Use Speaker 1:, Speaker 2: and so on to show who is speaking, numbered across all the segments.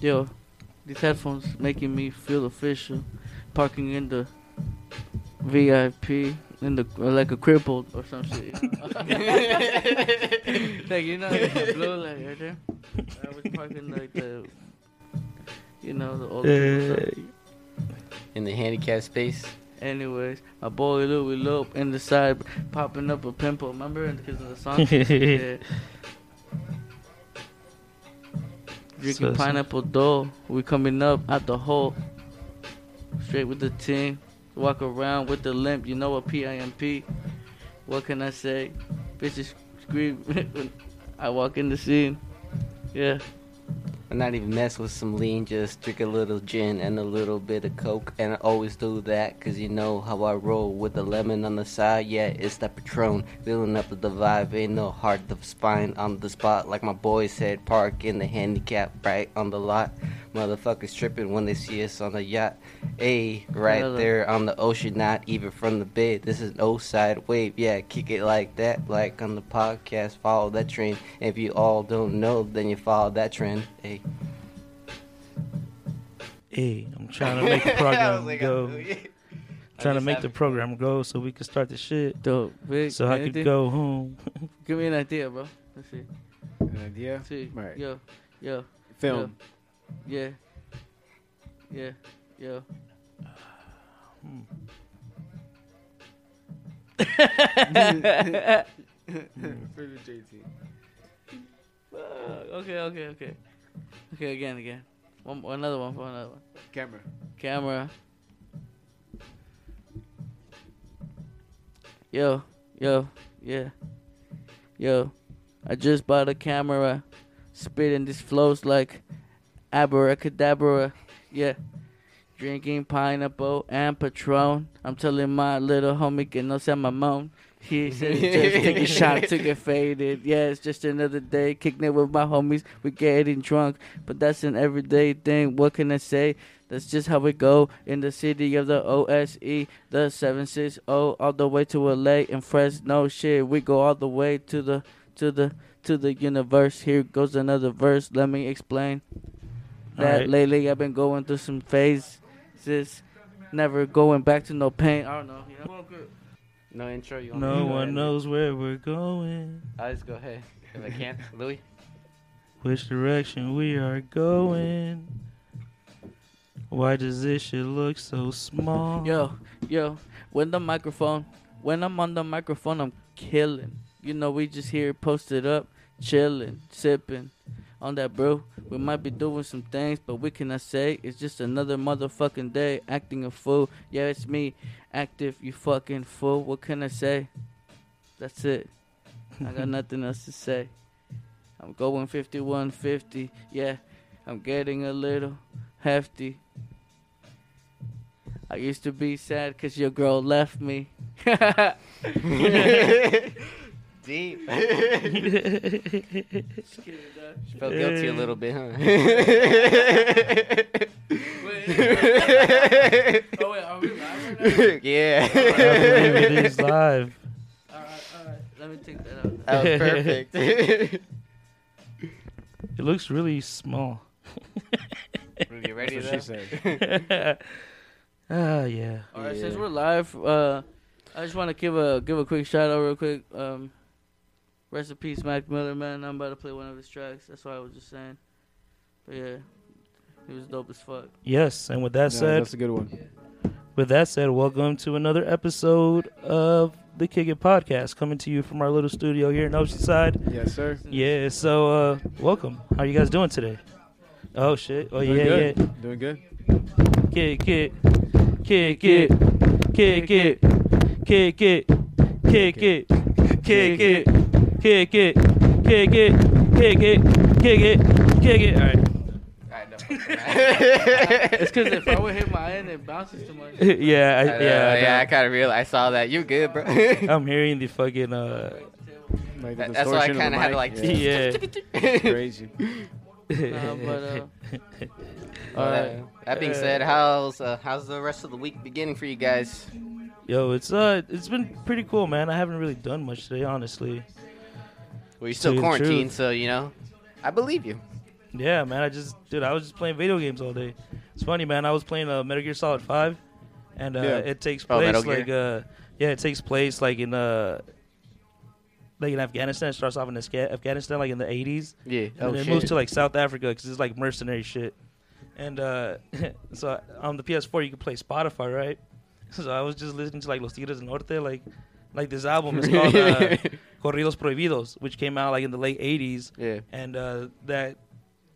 Speaker 1: Yo, these headphones making me feel official. Parking in the VIP in the uh, like a crippled or some shit. You know? like you know, like the blue light right there. I was parking like the, you know, the old.
Speaker 2: Uh,
Speaker 1: people stuff.
Speaker 3: in the handicap space.
Speaker 1: Anyways, my boy Louie Lope in the side popping up a pimple. Remember because of the song? yeah. Drinking
Speaker 2: So- so-
Speaker 1: pineapple dough. We coming up out the hole. Straight with the team. Walk around with the limp. You know what PIMP. What can I say? Bitches scream when I walk in the scene. Yeah.
Speaker 3: I not even mess with some lean, just drink a little gin and a little bit of coke. And I always do that, cause you know how I roll with the lemon on the side. Yeah, it's that Patron, filling up the vibe. Ain't no hard to spine on the spot. Like my boy said, park in the handicap right on the lot. Motherfuckers tripping when they see us on the yacht. Ayy, right
Speaker 1: Hello.
Speaker 3: there on the ocean, not even from the bed. This is an old side wave. Yeah, kick it like that, like on the podcast. Follow that trend. If you all don't know, then you follow that trend. Ayy.
Speaker 2: Hey, I'm trying to make the program go. trying to
Speaker 3: just
Speaker 2: make
Speaker 3: have
Speaker 2: the
Speaker 3: it.
Speaker 2: program go so we can start the shit.
Speaker 1: Dope. Vic,
Speaker 2: So I could
Speaker 1: anything?
Speaker 2: go home.
Speaker 1: Give me an idea, bro. Let's see.
Speaker 4: An idea?
Speaker 1: Let's see.
Speaker 4: Right.
Speaker 1: Yo. Yo.
Speaker 4: Film.
Speaker 1: Yeah. Yeah. Yeah. Hmm.
Speaker 4: Film with JT.
Speaker 1: okay, okay, okay. Okay, again, again. One, more- another one for another one.
Speaker 4: Camera.
Speaker 1: Camera. Yo, yo, yeah. Yo, I just bought a camera. Spitting these flows like abracadabra. Yeah. Drinking pineapple and Patron. I'm telling my little homie que no sea mamón. He said he just took a shot, took it faded. Yeah, it's just another day. Kicking it with my homies. We getting drunk. But that's an everyday thing. What can I say? That's just how we go in the city of the E. OSE, the 760, all the way to LA and Fresno. Shit, we go all the way to the to the to the universe. Here goes another verse. Let me explain. That
Speaker 2: Alright.
Speaker 1: lately I've been going through some phases, never going back to no pain. I don't know. You know?
Speaker 3: No intro, you want me to
Speaker 2: no
Speaker 3: go
Speaker 2: one
Speaker 3: ahead?
Speaker 2: knows where we're going,
Speaker 3: I just go ahead if I can. Louis?
Speaker 2: which direction we are going. Why does this shit look so small?
Speaker 1: Yo, yo, when the microphone, when I'm on the microphone, I'm killing. You know, we just here posted up, chilling, sipping on that bro. We might be doing some things, but we cannot say it's just another motherfucking day acting a fool. Yeah, it's me, active, you fucking fool. What can I say? That's it. I got nothing else to say. I'm going 5150. Yeah, I'm getting a little hefty. I used to be sad 'cause your girl left me.
Speaker 3: Deep. Felt
Speaker 2: Felt
Speaker 3: guilty
Speaker 2: Hey.
Speaker 3: a little bit, huh?
Speaker 1: Oh, wait, are we live right now?
Speaker 3: yeah.
Speaker 2: I believe it is live.
Speaker 1: All right, all right. Let me take that out.
Speaker 3: That was perfect.
Speaker 2: It looks really small.
Speaker 3: you ready
Speaker 4: That's
Speaker 3: though?
Speaker 4: what she said.
Speaker 2: Ah, yeah.
Speaker 1: All right,
Speaker 3: Yeah.
Speaker 1: since we're live, uh, I just want to give a give a quick shout out real quick. Um, rest in peace, Mac Miller, man. I'm about to play one of his tracks. That's what I was just saying. But yeah, he was dope as fuck.
Speaker 2: Yes, and with that
Speaker 4: No,
Speaker 2: said,
Speaker 4: that's a good one.
Speaker 2: With that said, welcome to another episode of the Kick It Podcast, coming to you from our little studio here in Oceanside.
Speaker 4: Yes, sir.
Speaker 2: Yeah, so uh, welcome. How you guys doing today? Oh shit! Oh
Speaker 4: Doing
Speaker 2: yeah,
Speaker 4: good.
Speaker 2: yeah.
Speaker 4: Doing good.
Speaker 2: Kick it, kick it, kick it, kick it, kick it, kick it, kick it, kick it, kick it, kick it, kick it. All right.
Speaker 3: I know.
Speaker 1: It's because if I would hit my end, it bounces too much.
Speaker 2: yeah, I,
Speaker 3: I know,
Speaker 2: yeah,
Speaker 3: Uh, yeah, I
Speaker 2: yeah.
Speaker 3: kind of realized. I saw that. You good, bro?
Speaker 2: I'm hearing the fucking uh.
Speaker 4: Like the
Speaker 3: That- that's why I
Speaker 4: distortion of the
Speaker 3: kinda had to,
Speaker 4: mic.
Speaker 3: like,
Speaker 4: Yeah.
Speaker 2: Yeah.
Speaker 4: Crazy.
Speaker 1: Nah, but uh,
Speaker 3: All
Speaker 1: all
Speaker 3: right.
Speaker 1: right.
Speaker 3: That being said, how's uh, how's the rest of the week beginning for you guys?
Speaker 2: Yo, it's uh, it's been pretty cool, man. I haven't really done much today, honestly.
Speaker 3: Well,
Speaker 2: Tell
Speaker 3: you're still
Speaker 2: you the
Speaker 3: quarantined,
Speaker 2: truth.
Speaker 3: so you know. I believe you.
Speaker 2: Yeah, man. I just, dude, I was just playing video games all day. It's funny, man. I was playing uh, Metal Gear Solid Five, and uh,
Speaker 4: Yeah.
Speaker 2: it takes
Speaker 3: Oh,
Speaker 2: place
Speaker 3: Metal Gear.
Speaker 2: like, uh, yeah, it takes place like in, uh, like in Afghanistan. It starts off in Afga- Afghanistan, like in the '80s,
Speaker 3: Yeah.
Speaker 2: and
Speaker 3: Oh
Speaker 2: then it
Speaker 3: shit.
Speaker 2: moves to like South Africa because it's like mercenary shit. And uh, so on the PS4, you can play Spotify, right? So I was just listening to like Los Tigres del Norte, like, like this album is called uh, Corridos Prohibidos, which came out like in the late '80s
Speaker 3: yeah.
Speaker 2: and uh, that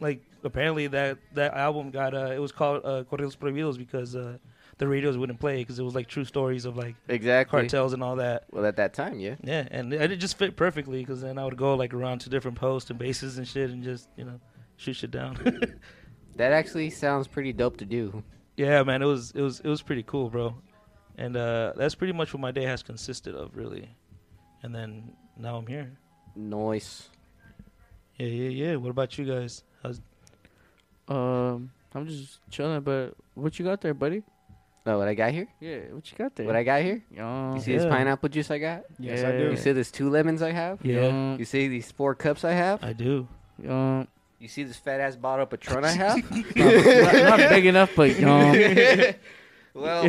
Speaker 2: like apparently that that album got uh, it was called uh, Corridos Prohibidos because uh, the radios wouldn't play because it was like true stories of like
Speaker 3: Exactly.
Speaker 2: cartels and all that.
Speaker 3: Well, at that time, yeah.
Speaker 2: Yeah, and it it just fit perfectly because then I would go like around to different posts and bases and shit and just you know shoot shit down.
Speaker 3: That actually sounds pretty dope to do.
Speaker 2: yeah, man, it was it was it was pretty cool, bro. And uh, that's pretty much what my day has consisted of, really. And then now I'm here.
Speaker 3: Noise.
Speaker 2: Yeah, yeah, yeah. What about you guys? How's,
Speaker 1: Um, I'm just chilling. But what you got there, buddy?
Speaker 3: No, Oh, what I got here?
Speaker 1: Yeah, what you got there?
Speaker 3: What I got here?
Speaker 1: Um,
Speaker 3: You see this
Speaker 2: Yeah.
Speaker 3: pineapple juice I got?
Speaker 4: Yes, I
Speaker 1: Yeah.
Speaker 4: do.
Speaker 3: You see this two lemons I have?
Speaker 1: yeah.
Speaker 3: You see these four cups I have?
Speaker 2: I do.
Speaker 1: Um,
Speaker 3: You see this fat ass bottle of Patron I have?
Speaker 1: not, not big enough, but um,
Speaker 3: well,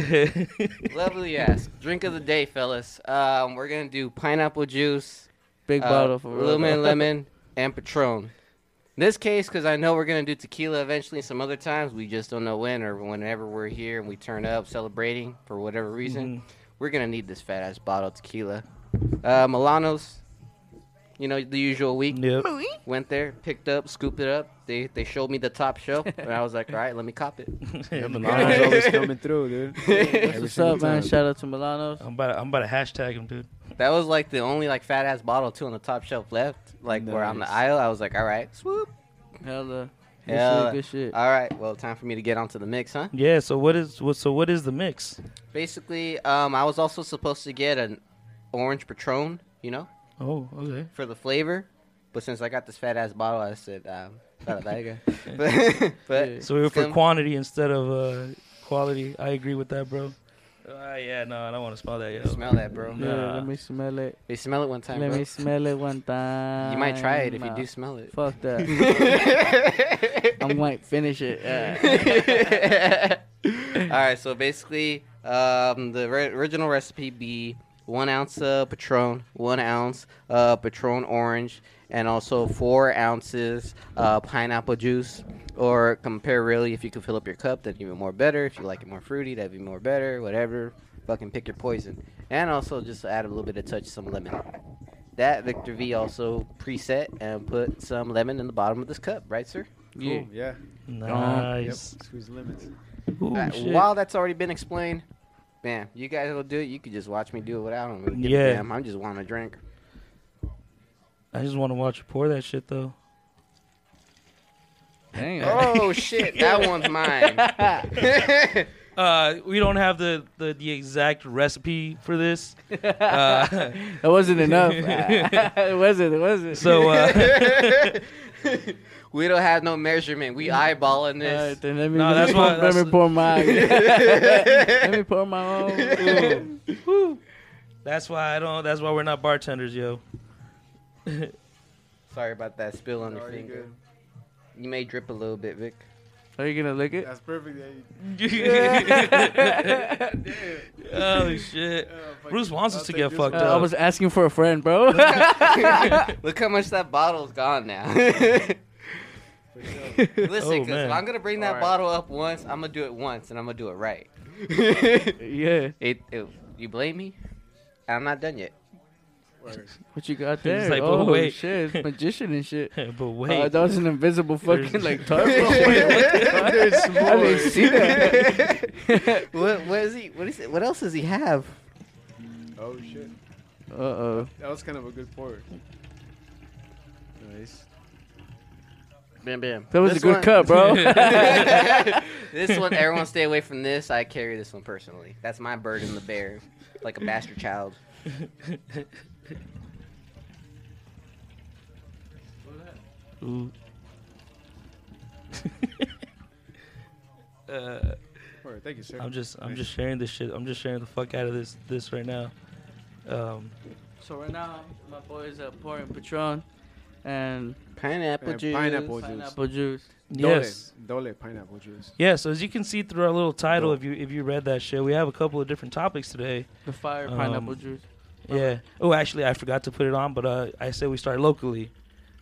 Speaker 3: lovely ass. Drink of the day, fellas. Um, we're gonna do pineapple juice,
Speaker 1: big
Speaker 3: uh,
Speaker 1: bottle for real.
Speaker 3: lemon,
Speaker 1: though.
Speaker 3: lemon, and Patron. In this case, because I know we're gonna do tequila eventually. Some other times, we just don't know when or whenever we're here and we turn up celebrating for whatever reason.
Speaker 1: Mm-hmm.
Speaker 2: Mhm.
Speaker 3: We're gonna need this fat ass bottle of tequila. Uh, Milano's, you know the usual week.
Speaker 2: Yep.
Speaker 3: Went there, picked up, scooped it up. They they showed me the top shelf, and I was like, all right, let me cop it.
Speaker 2: Yeah,
Speaker 4: Milano's
Speaker 2: Milano.
Speaker 4: always coming through, dude. Every
Speaker 1: What's
Speaker 4: single
Speaker 1: up, man?
Speaker 4: time.
Speaker 1: Shout out to Milano's.
Speaker 2: I'm about to, I'm about to hashtag him, dude.
Speaker 3: That was like the only like fat ass bottle too on the top shelf left, like where on the
Speaker 4: Nice.
Speaker 3: aisle. I was like, all right, swoop,
Speaker 1: Hella. Good
Speaker 3: Hella. Uh,
Speaker 1: shit. Good shit.
Speaker 3: all right. Well, time for me to get onto the mix, huh?
Speaker 2: Yeah. So what is what? So what is the mix?
Speaker 3: Basically, um, I was also supposed to get an orange Patron, you know,
Speaker 2: Oh, okay.
Speaker 3: for the flavor, but since I got this fat ass bottle, I said, um, para la verga. but, but
Speaker 1: Yeah.
Speaker 2: So we were for
Speaker 3: Stem-
Speaker 2: quantity instead of uh, quality. I agree with that, bro. Uh, yeah. No, I don't want to smell that. Yo.
Speaker 3: smell that, bro.
Speaker 1: Yeah,
Speaker 2: Nah.
Speaker 1: let me smell it.
Speaker 3: They smell it one time,
Speaker 1: let
Speaker 3: bro.
Speaker 1: me smell it one time.
Speaker 3: You might try it if you
Speaker 1: Uh,
Speaker 3: do smell it.
Speaker 1: Fuck that. I might finish it. Yeah.
Speaker 3: All right, so basically, um, the re- original recipe be one ounce of Patron, one ounce uh, Patron orange, and also four ounces uh, pineapple juice. Or compare really if you can fill up your cup, that'd even more better. If you like it more fruity, that'd be more better. Whatever, fucking pick your poison. And also just add a little bit of touch some lemon. That Victor V also preset and put some lemon in the bottom of this cup, right, sir?
Speaker 1: Yeah.
Speaker 4: Cool, yeah. Yep.
Speaker 2: Nice.
Speaker 4: Squeeze limits.
Speaker 2: Ooh,
Speaker 3: Uh,
Speaker 2: shit.
Speaker 3: while that's already been explained, man, you guys will do it. You could just watch me do it without them. Really give
Speaker 2: Yeah.
Speaker 3: a damn. I'm just wanting a drink.
Speaker 2: I just want to watch you pour that shit though.
Speaker 1: Dang.
Speaker 3: Oh shit, that one's mine.
Speaker 2: Uh, we don't have the, the, the exact recipe for this. Uh,
Speaker 1: That wasn't enough. it wasn't. It wasn't.
Speaker 2: so uh,
Speaker 3: we don't have no measurement. We
Speaker 2: Mm.
Speaker 3: eyeballing
Speaker 1: All right,
Speaker 3: this.
Speaker 1: then let me,
Speaker 2: No,
Speaker 1: let,
Speaker 2: that's
Speaker 1: me pour,
Speaker 2: why-
Speaker 1: let me
Speaker 2: that's-
Speaker 1: pour my let me pour my own.
Speaker 2: ooh. that's why I don't. That's why we're not bartenders, yo.
Speaker 3: Sorry about that spill on your
Speaker 4: Already
Speaker 3: finger.
Speaker 4: good.
Speaker 3: You may drip a little bit, Vic.
Speaker 1: Are you gonna lick it?
Speaker 4: That's perfect. Yeah, you-
Speaker 2: Holy shit.
Speaker 4: uh, fuck
Speaker 2: Bruce
Speaker 4: it.
Speaker 2: wants us
Speaker 4: I'll
Speaker 2: to
Speaker 4: take
Speaker 2: get
Speaker 4: this
Speaker 2: fucked
Speaker 1: Uh,
Speaker 4: one.
Speaker 1: I
Speaker 2: up.
Speaker 1: was asking for a friend, bro.
Speaker 3: Look how much that bottle's gone now. Listen,
Speaker 4: For sure.
Speaker 3: 'cause
Speaker 2: Oh, man.
Speaker 3: if I'm gonna bring that
Speaker 4: Alright.
Speaker 3: bottle up once, I'm gonna do it once, and I'm gonna do it right.
Speaker 1: yeah.
Speaker 3: It, it, you blame me? I'm not done yet.
Speaker 4: Word.
Speaker 1: What you got
Speaker 2: He's
Speaker 1: there?
Speaker 2: like,
Speaker 1: oh
Speaker 2: but wait.
Speaker 1: shit, it's magician and shit.
Speaker 2: but wait.
Speaker 1: Uh, that was an invisible fucking
Speaker 2: There's-
Speaker 1: like tarp. I
Speaker 4: There's more.
Speaker 1: didn't see that.
Speaker 3: what what is he what is it what else does he have?
Speaker 4: Oh shit.
Speaker 1: Uh oh.
Speaker 4: That was kind of a good pour. Nice.
Speaker 3: Bam bam.
Speaker 1: That was
Speaker 3: This
Speaker 1: a good
Speaker 3: one-
Speaker 1: cut, bro.
Speaker 3: this one everyone stay away from this. I carry this one personally. That's my bird in the bear. Like a bastard child.
Speaker 2: Ooh. uh,
Speaker 4: Word. Thank you, sir.
Speaker 2: I'm just I'm
Speaker 4: Nice.
Speaker 2: just sharing this shit. I'm just sharing the fuck out of this this right now. Um,
Speaker 1: so right now, my boys are pouring Patron. and
Speaker 3: Pineapple
Speaker 4: And
Speaker 3: juice.
Speaker 4: pineapple juice.
Speaker 1: pineapple juice.
Speaker 4: Dole,
Speaker 2: Yes.
Speaker 4: Dole pineapple juice.
Speaker 2: Yeah, so as you can see through our little title,
Speaker 4: Cool.
Speaker 2: if you if you read that shit, we have a couple of different topics today.
Speaker 1: The fire
Speaker 2: Um,
Speaker 1: pineapple juice.
Speaker 4: Uh-huh.
Speaker 2: Yeah. Oh, actually, I forgot to put it on, but uh, I said we start locally.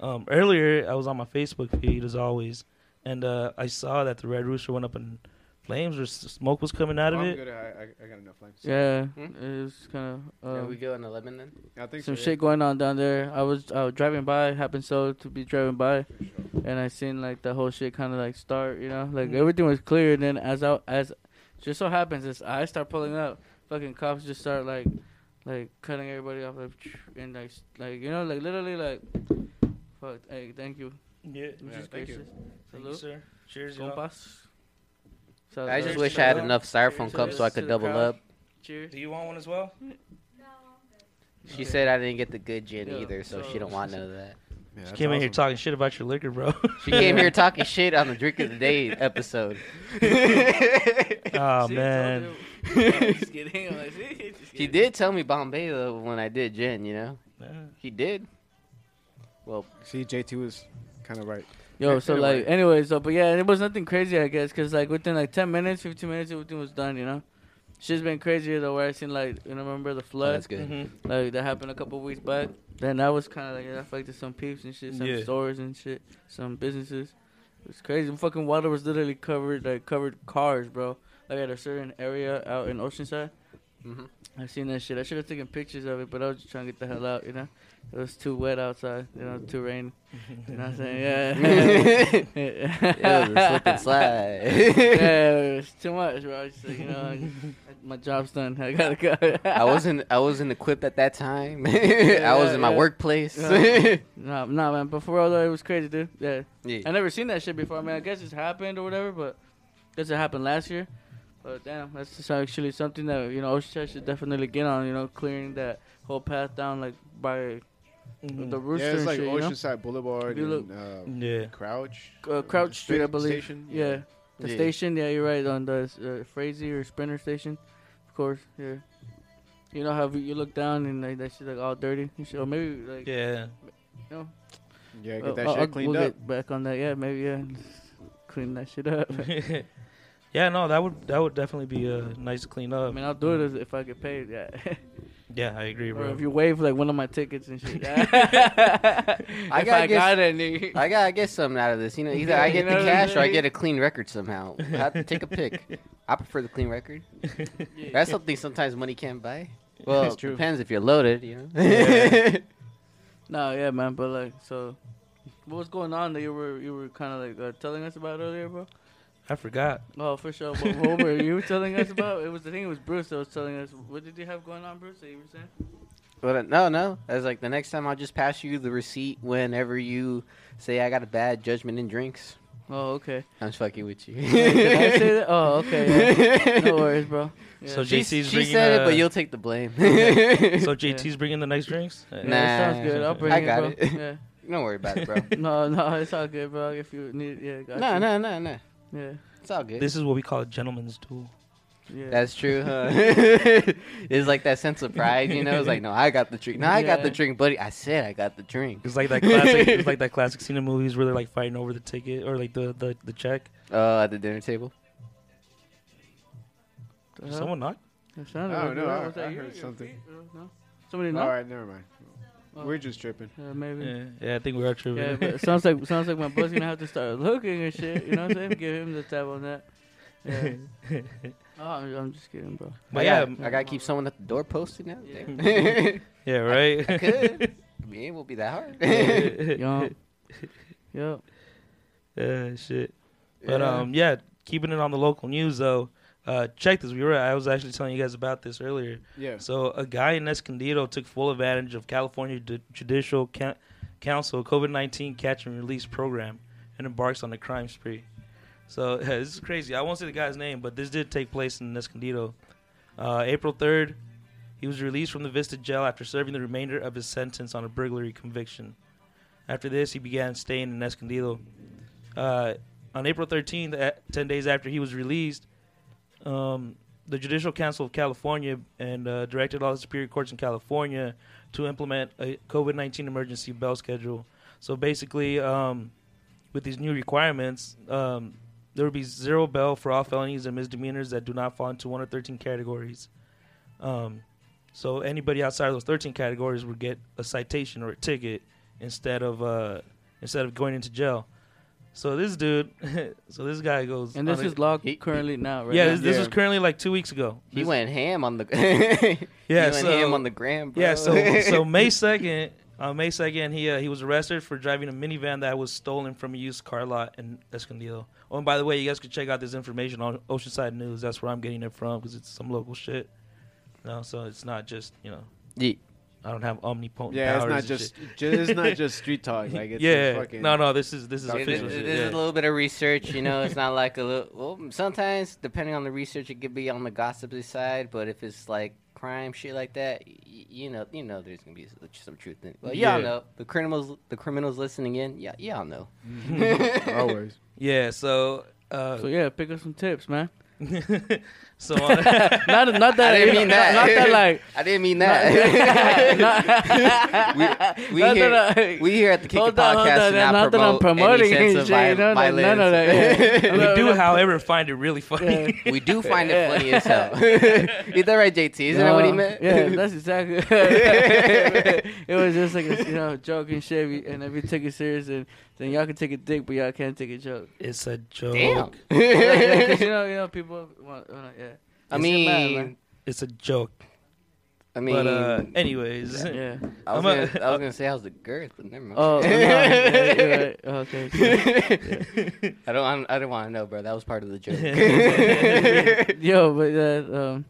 Speaker 2: Um, earlier, I was on my Facebook feed as always, and uh, I saw that the Red Rooster went up in flames, or s- smoke was coming out of
Speaker 4: I'm
Speaker 2: it.
Speaker 4: good. I, I, I got enough flames.
Speaker 1: Yeah,
Speaker 3: Hmm?
Speaker 1: it's kind of
Speaker 3: Can
Speaker 1: um,
Speaker 3: we go on 11 then?
Speaker 4: I think
Speaker 1: some
Speaker 4: so, yeah.
Speaker 1: shit going on down there. I was uh, driving by, happened so to be driving by, and I seen like the whole shit kind of like start, you know, like
Speaker 2: Mhm.
Speaker 1: everything was clear. And then as I as just so happens, as I start pulling up, fucking cops just start like like cutting everybody off, like, and like s- like you know, like literally like, fuck, hey, thank you,
Speaker 2: Yeah.
Speaker 1: which
Speaker 4: Yeah,
Speaker 1: is
Speaker 4: thank you.
Speaker 1: gracious.
Speaker 2: Thank you,
Speaker 1: Salute,
Speaker 2: sir. Cheers, y'all.
Speaker 1: compas. Salud.
Speaker 3: I just wish I had
Speaker 2: Salute.
Speaker 3: enough styrofoam cups so I
Speaker 1: To
Speaker 3: could
Speaker 1: the
Speaker 3: double
Speaker 1: crowd.
Speaker 3: up.
Speaker 1: Cheers.
Speaker 2: Do you want one as well?
Speaker 3: She
Speaker 1: Okay.
Speaker 3: said I didn't get the good gin
Speaker 1: Yeah,
Speaker 3: either, so,
Speaker 1: so-
Speaker 3: she don't want none of that.
Speaker 4: Yeah,
Speaker 2: She
Speaker 4: that's
Speaker 2: came in here
Speaker 4: awesome.
Speaker 2: talking shit about your liquor, bro.
Speaker 3: She came here talking shit on the drink of the day episode.
Speaker 2: oh
Speaker 1: See, I told
Speaker 2: man.
Speaker 1: you. Just kidding. I'm like, see, just
Speaker 3: she
Speaker 1: kidding.
Speaker 3: did tell me Bombay though when I did gin, you know.
Speaker 2: Yeah.
Speaker 3: He did.
Speaker 4: See, JT was kind of right.
Speaker 1: Yo, so
Speaker 4: Anyway.
Speaker 1: like, anyway, so but yeah, it was nothing crazy, I guess, cause like within like ten minutes, fifteen minutes, everything was done, you know. Shit's been crazier though, where I seen like, you know, remember the
Speaker 3: Oh,
Speaker 1: flood,
Speaker 3: that's good.
Speaker 2: Mhm.
Speaker 1: like that happened a couple weeks back. Then that was kind of like I fucked with some peeps and shit, some
Speaker 2: Yeah.
Speaker 1: stores and shit, some businesses. It was crazy. Fucking water was literally covered, like covered cars, bro. Like at a certain area out in Oceanside. Mm-hmm.
Speaker 3: Mhm.
Speaker 1: I seen that shit. I should have taken pictures of it, but I was just trying to get the hell out, you know. It was too wet outside, you know, too rainy. You know what I'm saying? Yeah.
Speaker 3: It was a slip and slide.
Speaker 1: yeah, it was too much, bro. I was just like, you know, I just- I- my job's done. I gotta go.
Speaker 3: I wasn't I wasn't equipped at that time. I was in my
Speaker 1: yeah.
Speaker 3: workplace.
Speaker 1: Yeah. Nah, nah, man. But for real though, it was crazy, dude. Yeah, I
Speaker 3: Yeah.
Speaker 1: never seen that shit before. I mean, I guess it's happened or whatever, but I guess it happened last year. But damn, that's just actually something that you know Oceanside should definitely get on. You know, clearing that whole path down like by the
Speaker 2: Mhm.
Speaker 1: rooster
Speaker 4: Mm. yeah, it's
Speaker 1: and
Speaker 4: like
Speaker 1: shit. you know?
Speaker 4: Oceanside Boulevard
Speaker 1: If you
Speaker 4: and uh,
Speaker 2: Mm-hmm. Yeah.
Speaker 4: Crouch.
Speaker 1: uh, Crouch Street, I believe.
Speaker 4: Station.
Speaker 1: Yeah. The
Speaker 3: Yeah.
Speaker 1: station, yeah, you're right on the uh, Frazee or Sprinter station, of course. Yeah, you know how you look down and like that shit like all dirty and shit, or maybe like
Speaker 2: Yeah.
Speaker 4: Yeah,
Speaker 1: uh,
Speaker 2: Oh,
Speaker 4: get that
Speaker 1: uh, uh,
Speaker 4: shit cleaned
Speaker 1: we'll
Speaker 4: up.
Speaker 1: Get back on that, yeah, maybe yeah, clean that shit up.
Speaker 2: yeah. No, that would that would definitely be uh, nice to clean
Speaker 1: I
Speaker 2: up.
Speaker 1: mean, I'll do it as- if I get paid, yeah.
Speaker 2: Yeah, I agree,
Speaker 1: or
Speaker 2: bro.
Speaker 1: if you waive like one of my tickets and shit. Yeah. if I,
Speaker 3: gotta get-
Speaker 1: got it, nigga.
Speaker 3: I gotta get something out of this. You know, either I
Speaker 1: You
Speaker 3: get
Speaker 1: know
Speaker 3: the
Speaker 1: what I'm
Speaker 3: cash or I
Speaker 1: saying?
Speaker 3: get a clean record somehow. I have to take a pick. I prefer the clean record.
Speaker 1: Yeah.
Speaker 3: That's something sometimes money can't buy. Well,
Speaker 4: That's
Speaker 3: it
Speaker 4: true.
Speaker 3: depends if you're loaded, you know.
Speaker 2: Yeah.
Speaker 1: No, yeah, man, but like, so what was going on that you were you were kind of like uh, telling us about earlier, bro?
Speaker 2: I forgot.
Speaker 1: Oh, for sure. What, what were you telling us about? It was the thing. It was Bruce that was telling us. What did you have going on, Bruce? That you were saying?
Speaker 3: But uh, no, no. I was like, the next time I'll just pass you the receipt whenever you say I got a bad judgment in drinks.
Speaker 1: Oh, okay.
Speaker 3: I'm just fucking with you.
Speaker 1: Did I say that? Oh, okay. Yeah. No worries, bro. Yeah.
Speaker 2: So
Speaker 3: She,
Speaker 2: JC's bringing.
Speaker 3: she said it,
Speaker 2: uh,
Speaker 3: but you'll take the blame.
Speaker 2: So JT's bringing the nice drinks.
Speaker 1: yeah,
Speaker 2: Uh,
Speaker 1: it sounds
Speaker 3: Nah.
Speaker 1: good. I'll bring
Speaker 3: I
Speaker 1: it,
Speaker 3: got
Speaker 1: bro.
Speaker 3: it.
Speaker 1: Yeah.
Speaker 3: Don't worry about it, bro.
Speaker 1: No, no, it's all good, bro. If you need, yeah, got
Speaker 3: no,
Speaker 1: you.
Speaker 3: no, no, no.
Speaker 1: Yeah,
Speaker 3: It's all good.
Speaker 2: This is what we call a gentleman's duel.
Speaker 1: yeah.
Speaker 3: That's true, huh? it's like that sense of pride, you know. It's like, no, I got the drink. No, I got the
Speaker 1: Yeah.
Speaker 3: drink, buddy. I said I got the drink.
Speaker 2: It's like that classic. it's like that classic scene in movies where they're like fighting over the ticket or like the the, the check.
Speaker 3: Oh, at the dinner table.
Speaker 1: Uh, Uh-huh.
Speaker 2: Did someone knocked.
Speaker 1: That sounded
Speaker 4: I don't
Speaker 1: like
Speaker 4: know,
Speaker 1: that.
Speaker 4: Oh, I-
Speaker 1: Was that
Speaker 4: I
Speaker 1: you?
Speaker 4: heard
Speaker 1: Your
Speaker 4: something.
Speaker 1: feet? Uh, No. Somebody
Speaker 4: All
Speaker 1: knocked.
Speaker 4: right, never mind.
Speaker 1: Oh,
Speaker 4: We're just tripping.
Speaker 1: yeah, maybe.
Speaker 2: Yeah, yeah, I think we are tripping.
Speaker 1: Yeah, but it sounds like sounds like my bud's gonna have to start looking and shit. You know what I'm saying? Give him the tab on that. Yeah. Oh, I'm, I'm just kidding, bro.
Speaker 2: But
Speaker 3: I
Speaker 2: yeah,
Speaker 3: gotta- I gotta keep someone at the door posted now.
Speaker 1: Yeah.
Speaker 3: Damn.
Speaker 2: yeah, right.
Speaker 3: I could. it won't be that hard.
Speaker 1: Yup. Yup.
Speaker 2: yeah, shit. But
Speaker 4: Yeah.
Speaker 2: um, yeah, keeping it on the local news though. Uh, check this. We were. I was actually telling you guys about this earlier.
Speaker 4: Yeah.
Speaker 2: So a guy in Escondido took full advantage of California D- Judicial Ca- Council COVID nineteen catch and release program and embarks on a crime spree. So this is crazy. I won't say the guy's name, but this did take place in Escondido. Uh, April third, he was released from the Vista jail after serving the remainder of his sentence on a burglary conviction. After this, he began staying in Escondido. Uh, on April 13th, a- 10 days after he was released, um, the Judicial Council of California and uh, directed all the superior courts in California to implement a COVID 19 emergency bail schedule So basically, um, with these new requirements, um, there would be zero bail for all felonies and misdemeanors that do not fall into one of 13 categories. Um, so anybody outside of those 13 categories would get a citation or a ticket instead of uh, instead of going into jail. So this dude, so this guy goes,
Speaker 1: And this
Speaker 2: on a-
Speaker 1: is law
Speaker 3: He-
Speaker 1: currently now, right?
Speaker 2: yeah, this, this
Speaker 4: Yeah.
Speaker 2: was currently like two weeks ago.
Speaker 3: He
Speaker 2: This-
Speaker 3: went ham on the. yeah, he
Speaker 2: Yeah,
Speaker 3: went
Speaker 2: so-
Speaker 3: ham on the gram, bro.
Speaker 4: Uh,
Speaker 2: Yeah, so so May second, on May second, he uh, he was arrested for driving a minivan that was stolen from a used car lot in Escondido. Oh, and by the way, you guys could check out this information on Oceanside News. That's where I'm getting it from because it's some local shit. You know, so it's not just you know
Speaker 3: Ye-
Speaker 2: I don't have omnipotent.
Speaker 4: Yeah, it's
Speaker 2: powers
Speaker 4: not
Speaker 2: and
Speaker 4: just,
Speaker 2: shit.
Speaker 4: ju- it's not just street talk. Like it's
Speaker 2: yeah,
Speaker 4: a fucking
Speaker 2: no, no, this is this is
Speaker 3: It-
Speaker 2: official
Speaker 3: it-
Speaker 2: shit.
Speaker 3: There's a
Speaker 2: yeah.
Speaker 3: little bit of research, you know. It's not like a little. Well, sometimes depending on the research, it could be on the gossipy side. But if it's like crime shit like that, y- you know, you know, there's gonna be s- some truth in it. Well, y'all
Speaker 2: Yeah.
Speaker 3: know the criminals. The criminals listening in, yeah, y'all know.
Speaker 1: Mm-hmm.
Speaker 4: always.
Speaker 2: yeah, so. Uh,
Speaker 1: So yeah, pick up some tips, man.
Speaker 2: so uh, on,
Speaker 1: Not not that
Speaker 3: I didn't mean that.
Speaker 1: Not that like
Speaker 3: I didn't mean that. we,
Speaker 1: Not
Speaker 3: here,
Speaker 1: that I-
Speaker 3: we here at the Kick
Speaker 1: Hold
Speaker 3: It
Speaker 1: on, hold
Speaker 3: Podcast
Speaker 1: on,
Speaker 3: do not,
Speaker 1: not that I'm
Speaker 3: promote any
Speaker 1: promoting any
Speaker 3: sense of
Speaker 1: shit, you know,
Speaker 3: vi-
Speaker 1: that- none of
Speaker 3: violence.
Speaker 1: that,
Speaker 2: we
Speaker 1: yeah.
Speaker 2: do, however, find it really funny.
Speaker 3: we do find it funny as hell. Is that right, JT? Isn't that what he
Speaker 1: Uh,
Speaker 3: meant?
Speaker 1: Yeah, that's exactly. it was just like a you know joke and shit, we- and if you took it serious, then, then y'all can take a dick, but y'all can't take a joke.
Speaker 2: It's a joke.
Speaker 3: Damn.
Speaker 1: Yeah, 'cause, you know, you know, people. Want, uh, yeah.
Speaker 3: I
Speaker 1: It's mad,
Speaker 3: mean,
Speaker 1: man.
Speaker 2: It's a joke.
Speaker 3: I mean,
Speaker 2: but uh, anyways,
Speaker 1: yeah.
Speaker 3: I
Speaker 2: I'm
Speaker 3: was,
Speaker 2: a-
Speaker 3: gonna, I was gonna say how's the girth, but never mind.
Speaker 1: Oh, no, yeah, you're right. okay.
Speaker 3: I don't, I don't, I don't want to know, bro. That was part of the joke.
Speaker 1: Yo, but that um,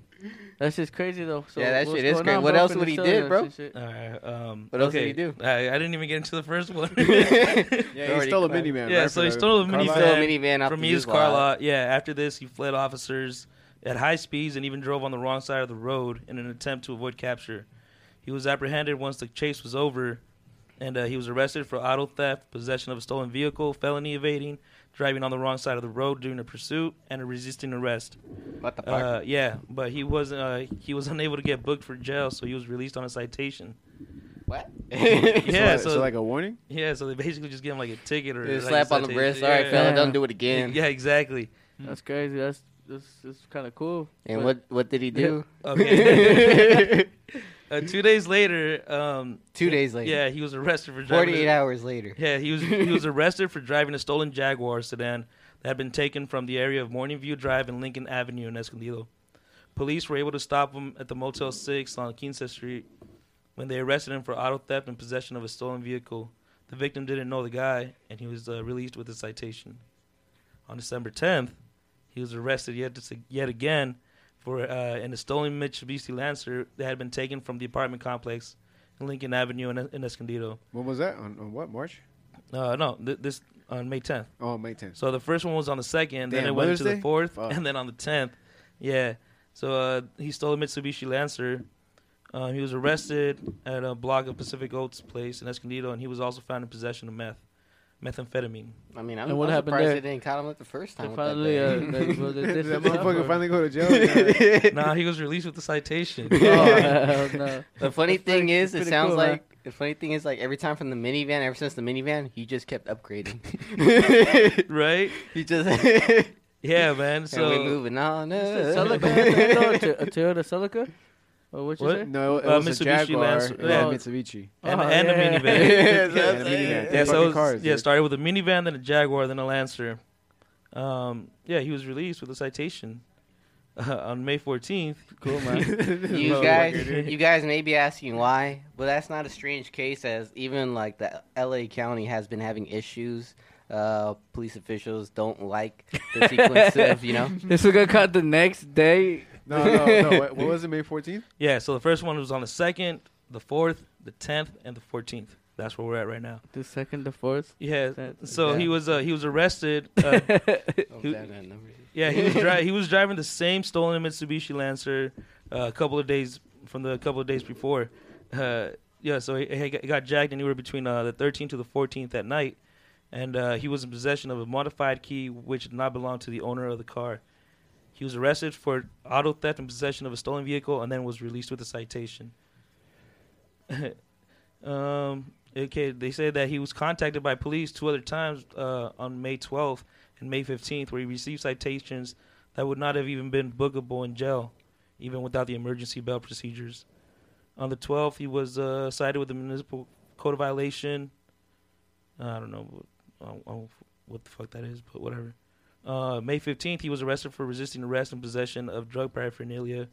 Speaker 1: that's just crazy though. So
Speaker 3: Yeah, that
Speaker 1: what's
Speaker 3: shit is
Speaker 1: going
Speaker 3: crazy.
Speaker 1: on,
Speaker 3: What
Speaker 1: bro,
Speaker 3: else
Speaker 1: from
Speaker 3: would
Speaker 1: the
Speaker 3: he did,
Speaker 1: cells and
Speaker 3: bro?
Speaker 1: shit?
Speaker 2: All right. Um,
Speaker 3: What else
Speaker 2: okay.
Speaker 3: did he do?
Speaker 2: I, I didn't even get into the first one.
Speaker 4: Yeah, he
Speaker 3: Already
Speaker 4: stole a
Speaker 3: clapped.
Speaker 4: minivan.
Speaker 2: Yeah,
Speaker 4: right,
Speaker 2: so
Speaker 4: for
Speaker 2: he
Speaker 4: the
Speaker 2: stole a
Speaker 4: car
Speaker 3: he
Speaker 4: lot?
Speaker 3: stole a minivan off
Speaker 2: From
Speaker 3: the
Speaker 2: used car
Speaker 3: lot.
Speaker 2: lot. Yeah. After this, he fled officers at high speeds and even drove on the wrong side of the road in an attempt to avoid capture. He was apprehended once the chase was over, and uh, he was arrested for auto theft, possession of a stolen vehicle, felony evading, driving on the wrong side of the road during a pursuit, and a resisting arrest.
Speaker 3: What the fuck?
Speaker 2: Uh, yeah, but he was uh, he was unable to get booked for jail, so he was released on a citation.
Speaker 3: what?
Speaker 2: Yeah,
Speaker 4: So,
Speaker 2: so,
Speaker 4: so like a warning.
Speaker 2: yeah, so they basically just give him like a ticket or
Speaker 3: Dude,
Speaker 2: like,
Speaker 3: slap
Speaker 2: a
Speaker 3: on the
Speaker 2: citation.
Speaker 3: wrist.
Speaker 2: Yeah,
Speaker 3: All right, fella,
Speaker 1: yeah.
Speaker 3: don't do it again.
Speaker 2: Yeah, exactly.
Speaker 1: That's crazy. That's that's, that's kind of cool.
Speaker 3: And
Speaker 1: But-
Speaker 3: what, what did he do?
Speaker 2: Oh, Okay. uh, two days later, um,
Speaker 3: Two days later.
Speaker 2: yeah, he was arrested for driving.
Speaker 3: Forty-eight hours later.
Speaker 2: Yeah, he was he was arrested for driving a stolen Jaguar sedan that had been taken from the area of Morning View Drive and Lincoln Avenue in Escondido. Police were able to stop him at the Motel Six on Quince Street when they arrested him for auto theft and possession of a stolen vehicle. The victim didn't know the guy, and he was uh, released with a citation. On December 10th, he was arrested yet yet again for uh, in a stolen Mitsubishi Lancer that had been taken from the apartment complex in Lincoln Avenue in, in Escondido.
Speaker 4: When was that? On, on what March?
Speaker 2: Uh, no, th- this on May 10th.
Speaker 4: Oh, May 10th.
Speaker 2: So the first one was on the second, then
Speaker 4: Damn,
Speaker 2: it went to the
Speaker 4: Mother's Day?
Speaker 2: fourth,
Speaker 4: Fuck.
Speaker 2: and then on the tenth. Yeah. So uh, he stole a Mitsubishi Lancer. Um, he was arrested at a block of Pacific Oaks Place in Escondido, and he was also found in possession of meth, methamphetamine.
Speaker 3: I mean, I'm,
Speaker 1: And what
Speaker 3: I'm
Speaker 1: happened
Speaker 3: surprised
Speaker 1: there?
Speaker 3: they didn't caught him at the first time.
Speaker 1: They
Speaker 3: with
Speaker 1: finally, uh,
Speaker 3: that
Speaker 1: they, well, they
Speaker 4: Did
Speaker 1: did some
Speaker 4: that
Speaker 1: stuff,
Speaker 4: motherfucker
Speaker 1: or-
Speaker 4: finally go to jail? Yeah.
Speaker 3: thing.
Speaker 2: nah, he was released with a citation.
Speaker 1: Oh, hell no.
Speaker 3: The funny
Speaker 1: That's pretty-
Speaker 3: thing is,
Speaker 1: that's pretty
Speaker 3: it sounds
Speaker 1: cool, man.
Speaker 3: like the funny thing is like every time from the minivan, ever since the minivan, he just kept upgrading.
Speaker 2: right?
Speaker 3: he just and
Speaker 2: Yeah, man. So
Speaker 3: we moving on.
Speaker 1: Is
Speaker 3: up.
Speaker 1: it Celica had that though? A Toyota Celica? Or what you
Speaker 2: What?
Speaker 1: say?
Speaker 4: No, it
Speaker 2: Uh,
Speaker 4: was
Speaker 2: Mitsubishi
Speaker 4: a Jaguar.
Speaker 2: Lancer.
Speaker 4: Yeah,
Speaker 1: Yeah.
Speaker 4: Mitsubishi.
Speaker 2: and,
Speaker 1: Oh,
Speaker 2: and
Speaker 1: yeah.
Speaker 2: a minivan.
Speaker 3: Yeah,
Speaker 4: Yeah,
Speaker 3: that's
Speaker 4: the
Speaker 3: it.
Speaker 4: minivan.
Speaker 2: yeah,
Speaker 4: They're
Speaker 2: so
Speaker 4: fucking
Speaker 2: it was-
Speaker 4: cars,
Speaker 2: yeah,
Speaker 4: dude.
Speaker 2: started with a minivan, then a Jaguar, then a Lancer. Um, yeah, he was released with a citation uh, on May 14th.
Speaker 1: Cool, man.
Speaker 3: You
Speaker 4: Motherfucker,
Speaker 3: guys,
Speaker 4: dude.
Speaker 3: you guys may be asking why, but that's not a strange case, as even like the L.A. County has been having issues. Uh, police officials don't like the sequence of you know.
Speaker 1: this was gonna cut the next day.
Speaker 4: No, no, no. What, what was it? May 14th?
Speaker 2: Yeah, so the first one was on the 2nd, the 4th, the 10th, and the 14th. That's where we're at right now.
Speaker 1: The second, the fourth.
Speaker 2: Yeah.
Speaker 1: That-
Speaker 2: So
Speaker 3: Yeah.
Speaker 2: he was uh, he was arrested. Uh,
Speaker 3: Oh,
Speaker 2: Who-
Speaker 3: that, uh, number-
Speaker 2: yeah, he was dri- he was driving the same stolen Mitsubishi Lancer uh, a couple of days from the couple of days before. Uh, yeah, so he, he got- he got jacked anywhere between uh, the 13th to the 14th at night, and uh, he was in possession of a modified key which did not belong to the owner of the car. He was arrested for auto theft and possession of a stolen vehicle, and then was released with a citation. um, Okay, they said that he was contacted by police two other times uh, on May 12th and May 15th, where he received citations that would not have even been bookable in jail, even without the emergency bail procedures. On the 12th, he was uh, cited with a municipal code violation. I don't know what, I don't- I don't know what the fuck that is, but whatever. Uh, May 15th, he was arrested for resisting arrest and possession of drug paraphernalia.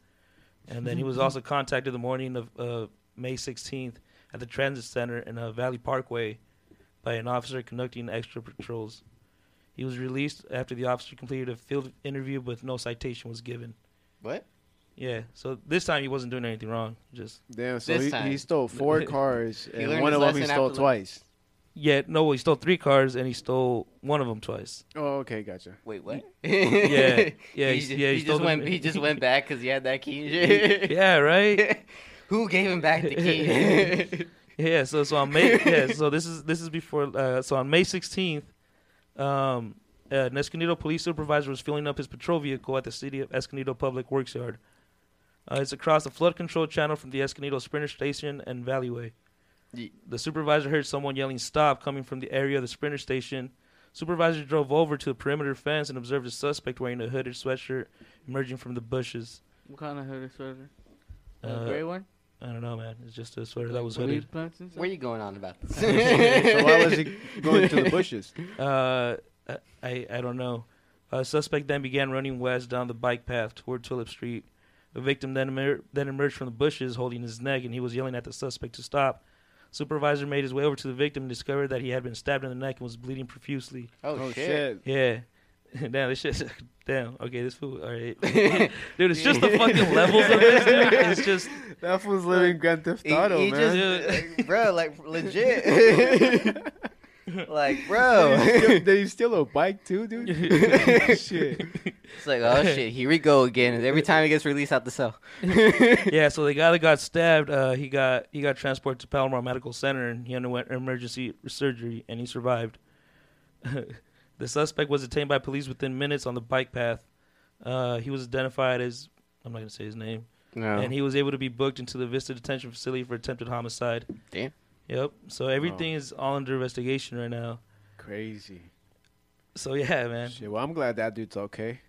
Speaker 2: And then he was also contacted the morning of uh, May 16th at the transit center in uh, Valley Parkway by an officer conducting extra patrols. He was released after the officer completed a field interview, but no citation was given.
Speaker 3: What?
Speaker 2: Yeah, so this time he wasn't doing anything wrong. Just
Speaker 4: Damn. So
Speaker 3: This
Speaker 4: he,
Speaker 3: time.
Speaker 4: he stole four cars,
Speaker 3: He
Speaker 4: and
Speaker 3: learned
Speaker 4: one
Speaker 3: his
Speaker 4: of them he
Speaker 3: lesson
Speaker 4: stole
Speaker 3: after the-
Speaker 4: twice.
Speaker 2: yeah, no, he stole three cars and he stole one of them twice.
Speaker 4: Oh, okay, gotcha.
Speaker 3: Wait, what?
Speaker 2: yeah,
Speaker 3: he
Speaker 2: he-
Speaker 3: just,
Speaker 2: yeah, he
Speaker 3: he
Speaker 2: stole
Speaker 3: just
Speaker 2: the-
Speaker 3: went. He just went back because he had that key. and shit.
Speaker 2: Yeah, right.
Speaker 3: Who gave him back the key?
Speaker 2: Yeah, so so on May yeah, so this is this is before uh, so on May 16th, um, uh, an Escondido police supervisor was filling up his patrol vehicle at the city of Escondido Public Works Yard. Uh, it's across the flood control channel from the Escondido Sprinter Station and Valleyway.
Speaker 3: Ye-
Speaker 2: The supervisor heard someone yelling "Stop!" coming from the area of the Sprinter Station. Supervisor drove over to the perimeter fence and observed a suspect wearing a hooded sweatshirt emerging from the bushes.
Speaker 1: What kind of hooded sweater? A
Speaker 2: Uh,
Speaker 1: gray one?
Speaker 2: I don't know, man. It's just a sweater that was
Speaker 1: With leaf
Speaker 2: hooded.
Speaker 1: plants inside?
Speaker 3: Where you going on about this?
Speaker 4: so why was he going to the bushes?
Speaker 2: Uh, I I don't know. A suspect then began running west down the bike path toward Tulip Street. The victim then emer- then emerged from the bushes, holding his neck, and he was yelling at the suspect to stop. Supervisor made his way over to the victim and discovered that he had been stabbed in the neck and was bleeding profusely.
Speaker 3: Oh, shit!
Speaker 2: Yeah. Damn, this shit. Damn. Okay, this fool. All right, dude. It's just the fucking levels of this, dude. It's just
Speaker 4: That was living Grand Theft
Speaker 3: He,
Speaker 4: Auto,
Speaker 3: he
Speaker 4: man.
Speaker 3: just, bro, like legit, like bro.
Speaker 4: Did he steal a bike too, dude? shit.
Speaker 3: It's like, oh shit, here we go again. Every time he gets released out the cell.
Speaker 2: yeah, so the guy that got stabbed, uh, he got he got transported to Palomar Medical Center and he underwent emergency surgery and he survived. the suspect was detained by police within minutes on the bike path. Uh, he was identified as I'm not gonna say his name,
Speaker 3: No.
Speaker 2: and he was able to be booked into the Vista Detention Facility for attempted homicide.
Speaker 3: Damn. Oh.
Speaker 2: Yep. So everything is all under investigation right now.
Speaker 4: Crazy.
Speaker 2: So yeah, man.
Speaker 4: Shit. Well, I'm glad that dude's okay.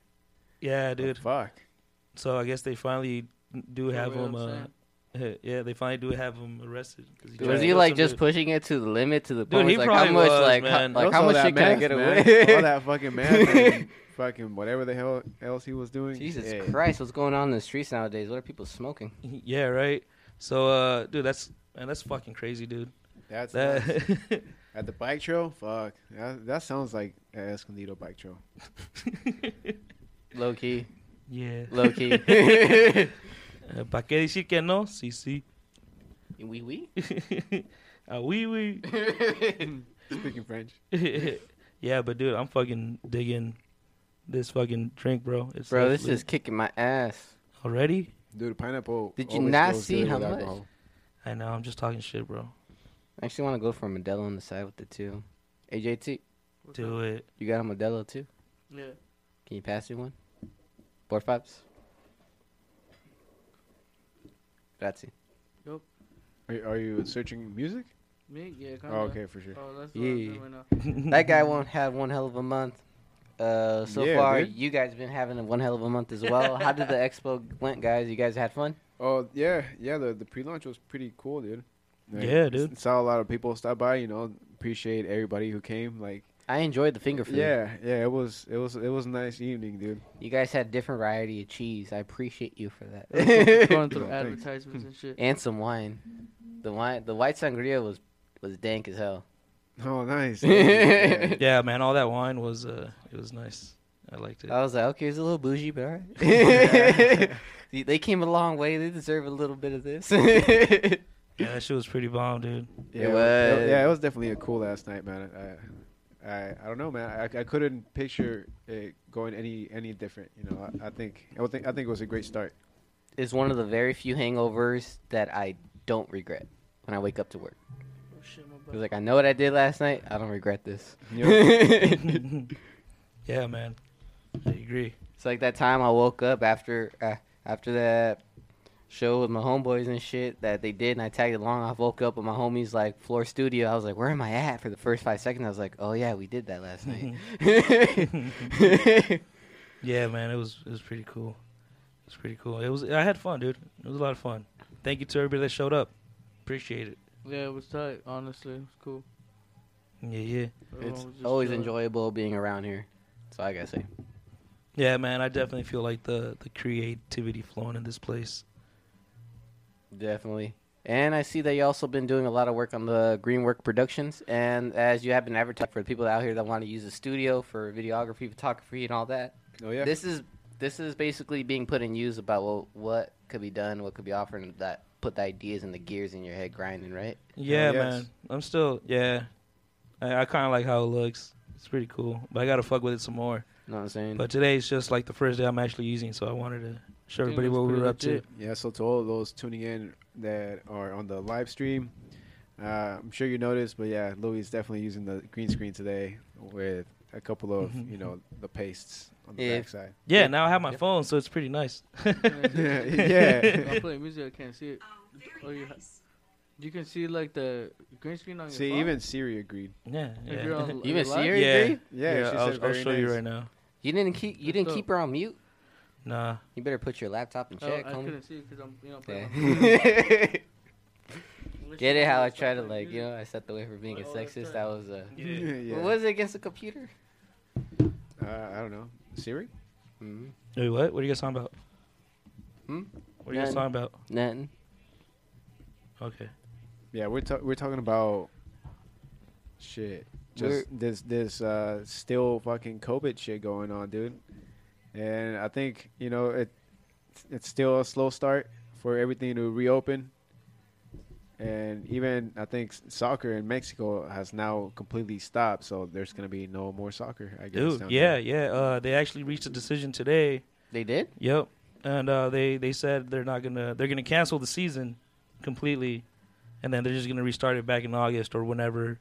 Speaker 2: Yeah, dude.
Speaker 4: Fuck.
Speaker 2: So I guess they finally do
Speaker 1: Yeah,
Speaker 2: have
Speaker 1: what I'm
Speaker 2: him. Uh,
Speaker 1: saying.
Speaker 2: yeah, they finally do have him arrested. 'cause
Speaker 3: Dude,
Speaker 2: tried
Speaker 3: was
Speaker 2: to
Speaker 3: he
Speaker 2: kill
Speaker 3: like
Speaker 2: somebody.
Speaker 3: just pushing it to the limit to the
Speaker 2: Dude,
Speaker 3: point?
Speaker 2: he
Speaker 3: like how
Speaker 2: probably
Speaker 3: much
Speaker 2: was,
Speaker 3: like
Speaker 2: man.
Speaker 3: how, like
Speaker 4: Also
Speaker 3: how much
Speaker 4: that
Speaker 3: shit can I
Speaker 4: math,
Speaker 3: get
Speaker 4: man. All
Speaker 3: away?
Speaker 4: that fucking math and fucking whatever the hell else he was doing.
Speaker 3: Jesus
Speaker 4: Yeah.
Speaker 3: Christ, what's going on in the streets nowadays? What are people smoking?
Speaker 2: Yeah, right. So, uh, dude, that's man, that's fucking crazy, dude.
Speaker 4: That's nuts.
Speaker 2: That
Speaker 4: at the bike trail. Fuck. That, that sounds like an Escondido bike trail.
Speaker 3: Low key,
Speaker 2: yeah.
Speaker 3: low key.
Speaker 2: Uh, pa qué decir que no? Sí, sí.
Speaker 3: Wee wee.
Speaker 2: Ah, oui, oui.
Speaker 4: Speaking French.
Speaker 2: yeah, but dude, I'm fucking digging this fucking drink, bro. It's
Speaker 3: Bro, this
Speaker 2: lovely.
Speaker 3: is kicking my ass.
Speaker 2: already.
Speaker 4: Dude, pineapple.
Speaker 3: Did you
Speaker 4: always
Speaker 3: not
Speaker 4: goes
Speaker 3: see
Speaker 4: good
Speaker 3: how
Speaker 4: with
Speaker 3: much?
Speaker 4: alcohol.
Speaker 2: I know. I'm just talking shit, bro.
Speaker 3: I actually want to go for a Modelo on the side with it too. AJT,
Speaker 2: Do it.
Speaker 3: you got a Modelo too?
Speaker 1: Yeah.
Speaker 3: Can you pass me one? Four fives. Grazie.
Speaker 4: Are, are you searching music?
Speaker 1: Me? Yeah,
Speaker 2: Uh-huh.
Speaker 1: kinda.
Speaker 4: Oh, okay, for sure.
Speaker 1: Oh, that's what I'm
Speaker 3: Yeah.
Speaker 1: doing right now.
Speaker 3: That guy won't have one hell of a month. Uh, so
Speaker 4: Yeah,
Speaker 3: far,
Speaker 4: dude.
Speaker 3: you guys been having a one hell of a month as well. How did the expo went, guys? You guys had fun?
Speaker 4: Oh yeah, yeah. The the pre-launch was pretty cool, dude.
Speaker 2: Yeah,
Speaker 4: s-
Speaker 2: dude.
Speaker 4: Saw a lot of people stop by. You know, appreciate everybody who came. Like,
Speaker 3: I enjoyed the finger food.
Speaker 4: yeah, yeah. It was it was it was a nice evening, dude.
Speaker 3: You guys had different variety of cheese. I appreciate you for
Speaker 1: That's
Speaker 3: that.
Speaker 1: going through
Speaker 4: Yeah, thanks.
Speaker 1: advertisements and shit.
Speaker 3: and some wine. The wine, the white sangria was was dank as hell.
Speaker 4: Oh, nice. Yeah.
Speaker 2: yeah, man. All that wine was uh, it was nice. I liked it.
Speaker 3: I was like, okay, it's a little bougie, but all right. They- they came a long way. They deserve a little bit of this.
Speaker 2: yeah, that shit was pretty bomb, dude.
Speaker 4: Yeah,
Speaker 3: It was.
Speaker 4: yeah, it was definitely a cool last night, man. I, I, I don't know, man. I, I couldn't picture it going any any different. You know, I, I think I would think I think it was a great start.
Speaker 3: it's one of the very few hangovers that I don't regret when I wake up to work.
Speaker 1: Oh, shit, my
Speaker 3: It was
Speaker 1: bad.
Speaker 3: like, I know what I did last night. I don't regret this.
Speaker 4: You know?
Speaker 2: yeah, man. I agree.
Speaker 3: It's like that time I woke up after uh, after that show with my homeboys and shit that they did, and I tagged along. I woke up with my homies like floor studio. I was like, "Where am I at?" For the first five seconds, I was like, "Oh yeah, we did that last night."
Speaker 2: Yeah, man, it was it was pretty cool. It was pretty cool. It was I had fun, dude. It was a lot of fun. Thank you to everybody that showed up. Appreciate it.
Speaker 1: Yeah, it was tight. Honestly, it was cool.
Speaker 2: Yeah, yeah,
Speaker 1: Everyone
Speaker 3: it's
Speaker 1: was just
Speaker 3: always
Speaker 1: chilling.
Speaker 3: enjoyable being around here. That's all I gotta say.
Speaker 2: yeah, man. I definitely feel like the the creativity flowing in this place.
Speaker 3: Definitely. And I see that you also been doing a lot of work on the Greenwork Productions, and as you have been advertising for the people out here that want to use the studio for videography, photography, and all that.
Speaker 4: Oh yeah.
Speaker 3: This is this is basically being put in use about what what could be done, what could be offered, and that put the ideas and the gears in your head grinding, right?
Speaker 2: Yeah,
Speaker 4: yes.
Speaker 2: man. I'm still yeah. I, I kind of like how it looks. It's pretty cool, but I gotta fuck with it some more.
Speaker 3: You know what I'm saying?
Speaker 2: But today's just like the first day I'm actually using, so I wanted to show
Speaker 1: Dude,
Speaker 2: everybody
Speaker 1: looks
Speaker 2: what we
Speaker 1: pretty
Speaker 2: were up to.
Speaker 1: legit.
Speaker 4: Yeah, so to all of those tuning in that are on the live stream, uh, I'm sure you noticed, but yeah, Louis is definitely using the green screen today with a couple of you know the pastes on the
Speaker 3: Yeah.
Speaker 4: backside.
Speaker 2: Mm-hmm. Yeah,
Speaker 3: Yeah.
Speaker 2: now I have my
Speaker 3: Yep.
Speaker 2: phone, so it's pretty nice.
Speaker 1: When
Speaker 4: Yeah.
Speaker 1: I play music, I can't see it. Oh, you, ha- you can see like the green screen on your
Speaker 4: See,
Speaker 1: phone?
Speaker 4: even Siri agreed.
Speaker 2: yeah,
Speaker 1: If
Speaker 2: yeah.
Speaker 1: you're on
Speaker 3: you
Speaker 1: live?
Speaker 3: even see her?
Speaker 2: Yeah.
Speaker 3: Agree?
Speaker 4: Yeah,
Speaker 2: Yeah,
Speaker 4: she
Speaker 2: I'll,
Speaker 4: said
Speaker 2: I'll
Speaker 4: very
Speaker 2: show you
Speaker 4: nice.
Speaker 2: right now.
Speaker 3: You didn't keep you
Speaker 1: That's
Speaker 3: didn't
Speaker 1: dope.
Speaker 3: keep her on mute.
Speaker 2: Nah,
Speaker 3: You better put your laptop in
Speaker 1: Oh,
Speaker 3: check,
Speaker 1: I
Speaker 3: homie.
Speaker 1: couldn't see because I'm, you know, playing. my phone.
Speaker 3: Get
Speaker 1: Unless you
Speaker 3: it? How I
Speaker 1: stop
Speaker 3: try to
Speaker 1: playing
Speaker 3: like you
Speaker 1: music.
Speaker 3: know I set the way for being a
Speaker 1: Oh, that's
Speaker 3: sexist.
Speaker 1: right.
Speaker 3: That was a
Speaker 2: yeah.
Speaker 4: Yeah.
Speaker 3: was it against the computer?
Speaker 4: Uh, I don't know. Siri?
Speaker 3: mm
Speaker 2: Wait, what? What are you guys talking about?
Speaker 3: Hmm?
Speaker 2: What are you guys
Speaker 3: None.
Speaker 2: talking about?
Speaker 3: Nothing.
Speaker 2: Okay.
Speaker 4: Yeah, we're ta- we're talking about shit. Just this this uh, still fucking COVID shit going on, dude. And I think you know it. It's still a slow start for everything to reopen. And even I think s- soccer in Mexico has now completely stopped, so there's gonna be no more soccer. I guess.
Speaker 2: Dude,
Speaker 4: down
Speaker 2: yeah,
Speaker 4: there.
Speaker 2: yeah. Uh, they actually reached a decision today.
Speaker 3: They did.
Speaker 2: Yep. And uh, they they said they're not gonna they're gonna cancel the season completely, and then they're just gonna restart it back in August or whenever,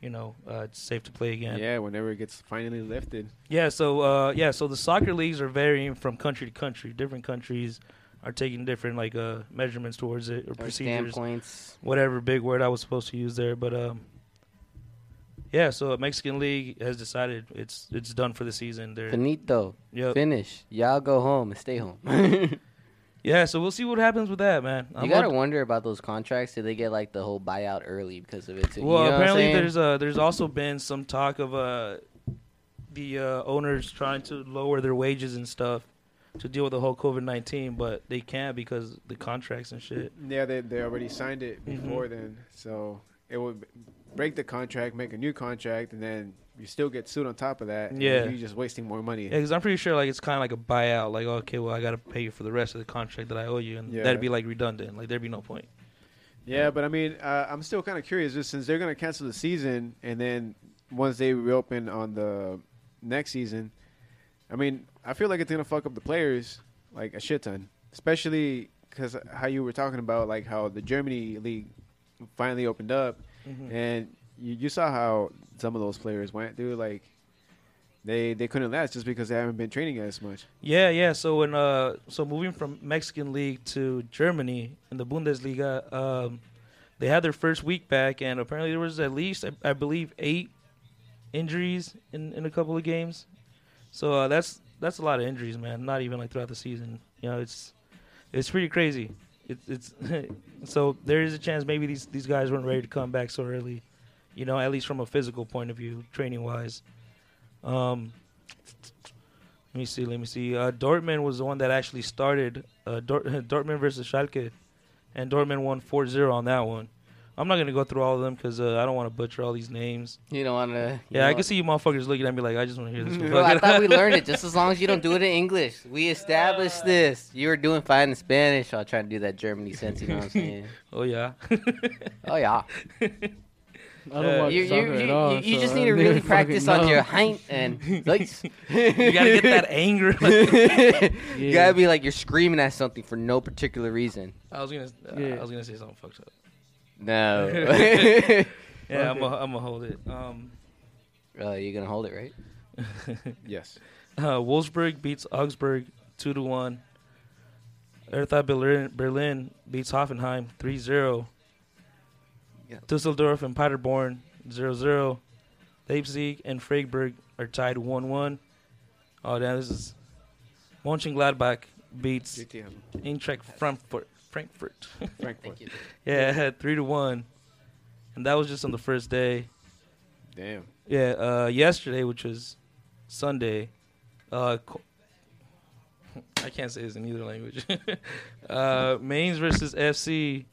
Speaker 2: you know, uh, it's safe to play again.
Speaker 4: yeah. Whenever it gets finally lifted,
Speaker 2: Yeah, so uh, yeah, so the soccer leagues are varying from country to country. Different countries are taking different like uh, measurements towards it or
Speaker 3: Or
Speaker 2: procedures,
Speaker 3: standpoints.
Speaker 2: whatever big word I was supposed to use there. But um, yeah, so a Mexican league has decided it's it's done for the season. They're
Speaker 3: Finito.
Speaker 2: yep.
Speaker 3: Finish. Y'all go home and stay home. you
Speaker 2: yeah, so we'll see what happens with that, man. I'm
Speaker 3: gotta
Speaker 2: up-
Speaker 3: wonder about those contracts. Did they get like the whole buyout early because of it? Too? You
Speaker 2: well,
Speaker 3: know what I'm
Speaker 2: apparently
Speaker 3: saying?
Speaker 2: there's uh there's also been some talk of uh the uh, owners trying to lower their wages and stuff to deal with the whole COVID nineteen, but they can't because the contracts and shit.
Speaker 4: yeah, they they already signed it
Speaker 2: Mhm.
Speaker 4: before then, so it would b- break the contract, make a new contract, and then you still get sued on top of that. and
Speaker 2: Yeah.
Speaker 4: you're just wasting more money.
Speaker 2: Yeah, because I'm pretty sure like it's kind of like a buyout. Like, okay, well, I gotta pay you for the rest of the contract that I owe you, and
Speaker 4: Yeah.
Speaker 2: that'd be like redundant. Like, there'd be no point.
Speaker 4: Yeah, but I mean, uh, I'm still kind of curious, just since they're going to cancel the season, and then once they reopen on the next season, I mean, I feel like it's going to fuck up the players like a shit ton, especially because how you were talking about like how the Germany league finally opened up, and you, you saw how some of those players went through like. They, they couldn't last just because they haven't been training as much.
Speaker 2: Yeah, yeah. So when uh, so moving from Mexican league to Germany in the Bundesliga, um, they had their first week back, and apparently there was at least I, I believe eight injuries in in a couple of games. So uh, that's that's a lot of injuries, man. Not even like throughout the season. You know, it's it's pretty crazy. It's it's so there is a chance maybe these these guys weren't ready to come back so early. You know, at least from a physical point of view, training wise. Um, let me see. Let me see. Uh, Dortmund was the one that actually started uh, Dort- Dortmund versus Schalke, and Dortmund won 4-0 on that one. I'm not gonna go through all of them because uh, I don't want to butcher all these names.
Speaker 3: You don't wanna. you
Speaker 2: Yeah, I
Speaker 3: know-
Speaker 2: can see you motherfuckers looking at me like I just want to hear this. one.
Speaker 3: Bro, I
Speaker 2: Fuck it.
Speaker 3: thought we learned it. Just as long as you don't do it in English, we established this. You were doing fine in Spanish. I'll try to do that Germany sense. You know what I'm saying?
Speaker 2: oh yeah.
Speaker 3: Oh yeah.
Speaker 1: I
Speaker 2: Yeah.
Speaker 1: don't watch
Speaker 3: You, you,
Speaker 1: soccer
Speaker 3: you,
Speaker 1: at all.
Speaker 3: you, you
Speaker 1: so
Speaker 3: just
Speaker 1: I
Speaker 3: need to
Speaker 1: don't
Speaker 3: really
Speaker 1: fucking
Speaker 3: practice on
Speaker 1: know.
Speaker 3: your height and legs.
Speaker 2: you gotta get that anger.
Speaker 3: you
Speaker 1: Yeah.
Speaker 3: gotta be like you're screaming at something for no particular reason.
Speaker 2: I was gonna. Uh,
Speaker 1: Yeah.
Speaker 2: I was gonna say something fucked up.
Speaker 3: No.
Speaker 2: Yeah, I'm
Speaker 1: Okay.
Speaker 2: gonna I'm gonna hold it. Um,
Speaker 3: uh, you're gonna hold it, right?
Speaker 4: Yes.
Speaker 2: Uh, Wolfsburg beats Augsburg two to one. Hertha Berlin, Berlin beats Hoffenheim 3-0.
Speaker 3: Yeah.
Speaker 2: Düsseldorf and Paderborn 0-0. Leipzig and Freiburg are tied 1-1. Oh, damn, this is... Mönchengladbach beats
Speaker 4: GTM.
Speaker 2: Eintracht Frankfurt. Frankfurt.
Speaker 4: Frankfurt.
Speaker 3: you.
Speaker 2: yeah, 3-1. And that was just on the first day.
Speaker 4: Damn.
Speaker 2: Yeah, uh, yesterday, which was Sunday, uh, co- I can't say this in either language. uh, Mainz versus FC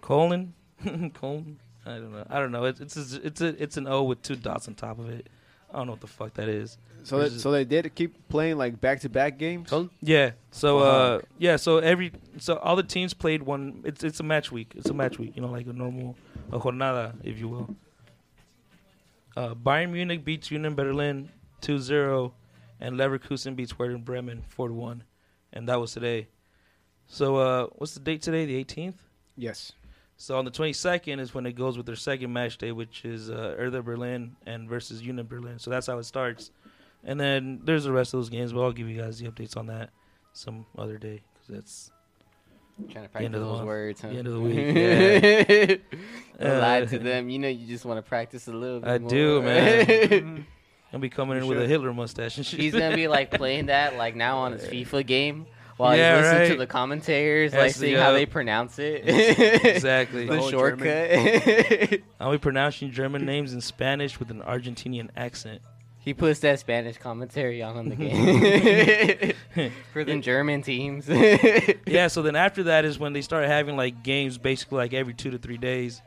Speaker 2: Colon, Colon. I don't know. I don't know. It's it's a, it's a, it's an O with two dots on top of it. I don't know what the fuck that is.
Speaker 4: So that, so they did keep playing like back to back games.
Speaker 3: Cool.
Speaker 2: Yeah. So uh, yeah. So every so all the teams played one. It's it's a match week. It's a match week. You know, like a normal a jornada, if you will. Uh, Bayern Munich beats Union Berlin 2-0, and Leverkusen beats Werder Bremen 4-1, and that was today. So uh, what's the date today? The 18th.
Speaker 4: Yes.
Speaker 2: So on the 22nd is when it goes with their second match day, which is uh, Hertha Berlin and versus Union Berlin. So that's how it starts. And then there's the rest of those games, but I'll give you guys the updates on that some other day because that's
Speaker 3: Trying to
Speaker 2: end
Speaker 3: practice
Speaker 2: of the
Speaker 3: those
Speaker 2: month.
Speaker 3: words. Huh?
Speaker 2: The end of the week,
Speaker 3: Don't lie to
Speaker 2: Uh,
Speaker 3: them. You know, you just want to practice a little bit.
Speaker 2: I
Speaker 3: more.
Speaker 2: do, man. gonna be coming
Speaker 4: You
Speaker 2: in with a
Speaker 4: should.
Speaker 2: Hitler mustache and shit.
Speaker 3: He's gonna be like playing that like now on his FIFA game while
Speaker 2: Uh, Yeah,
Speaker 3: he's listening to
Speaker 2: right.
Speaker 3: the commentators, like
Speaker 2: Yes,
Speaker 3: seeing how
Speaker 2: yeah.
Speaker 3: they pronounce it.
Speaker 2: exactly.
Speaker 3: the
Speaker 4: whole
Speaker 3: shortcut.
Speaker 2: I'll be pronouncing German names in Spanish with an Argentinian accent.
Speaker 3: he puts that Spanish commentary on in the game for the German teams. yeah,
Speaker 2: yeah, so then after that is when they start having like games basically like every two to three days.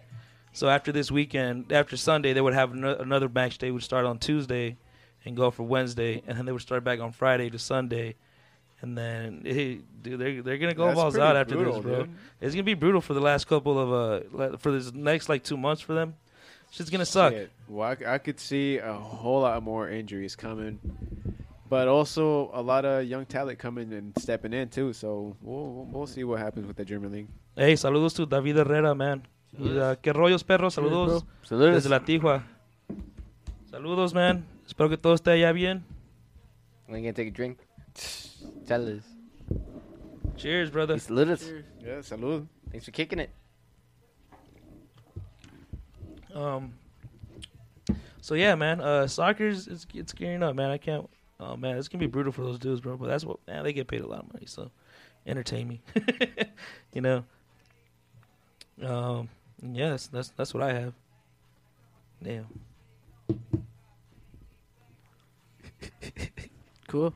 Speaker 2: So after this weekend, after Sunday, they would have ano- another match day would start on Tuesday and go for Wednesday, and then they would start back on Friday to Sunday. And then hey, dude, they're they're gonna go
Speaker 4: That's
Speaker 2: balls
Speaker 4: pretty
Speaker 2: out after
Speaker 4: brutal,
Speaker 2: this, bro.
Speaker 4: dude.
Speaker 2: It's gonna be brutal for the last couple of uh le- for this next like two months for them. Shit's gonna suck.
Speaker 4: Shit. Well, I, c- I could see a whole lot more injuries coming, but also a lot of young talent coming and stepping in too. So we'll we'll- we'll see what happens with the German league.
Speaker 2: Hey, saludos to David Herrera, man. Y, uh, ¿Qué rollos, perros? Saludos.
Speaker 3: Saludos.
Speaker 2: Desde la Tijua. Saludos, man. Espero que todo esté allá bien.
Speaker 3: I'm gonna take a drink. Tell us.
Speaker 2: Cheers, brother.
Speaker 3: Saludos.
Speaker 4: Yeah, salud.
Speaker 3: Thanks for kicking it.
Speaker 2: Um. So yeah, man. Uh, soccer's it's it's gearing up, man. I can't. Oh man, it's gonna be brutal for those dudes, bro. But that's what man. They get paid a lot of money, so entertain me. you know. Um. Yeah, that's that's that's what I have. Damn.
Speaker 1: Cool.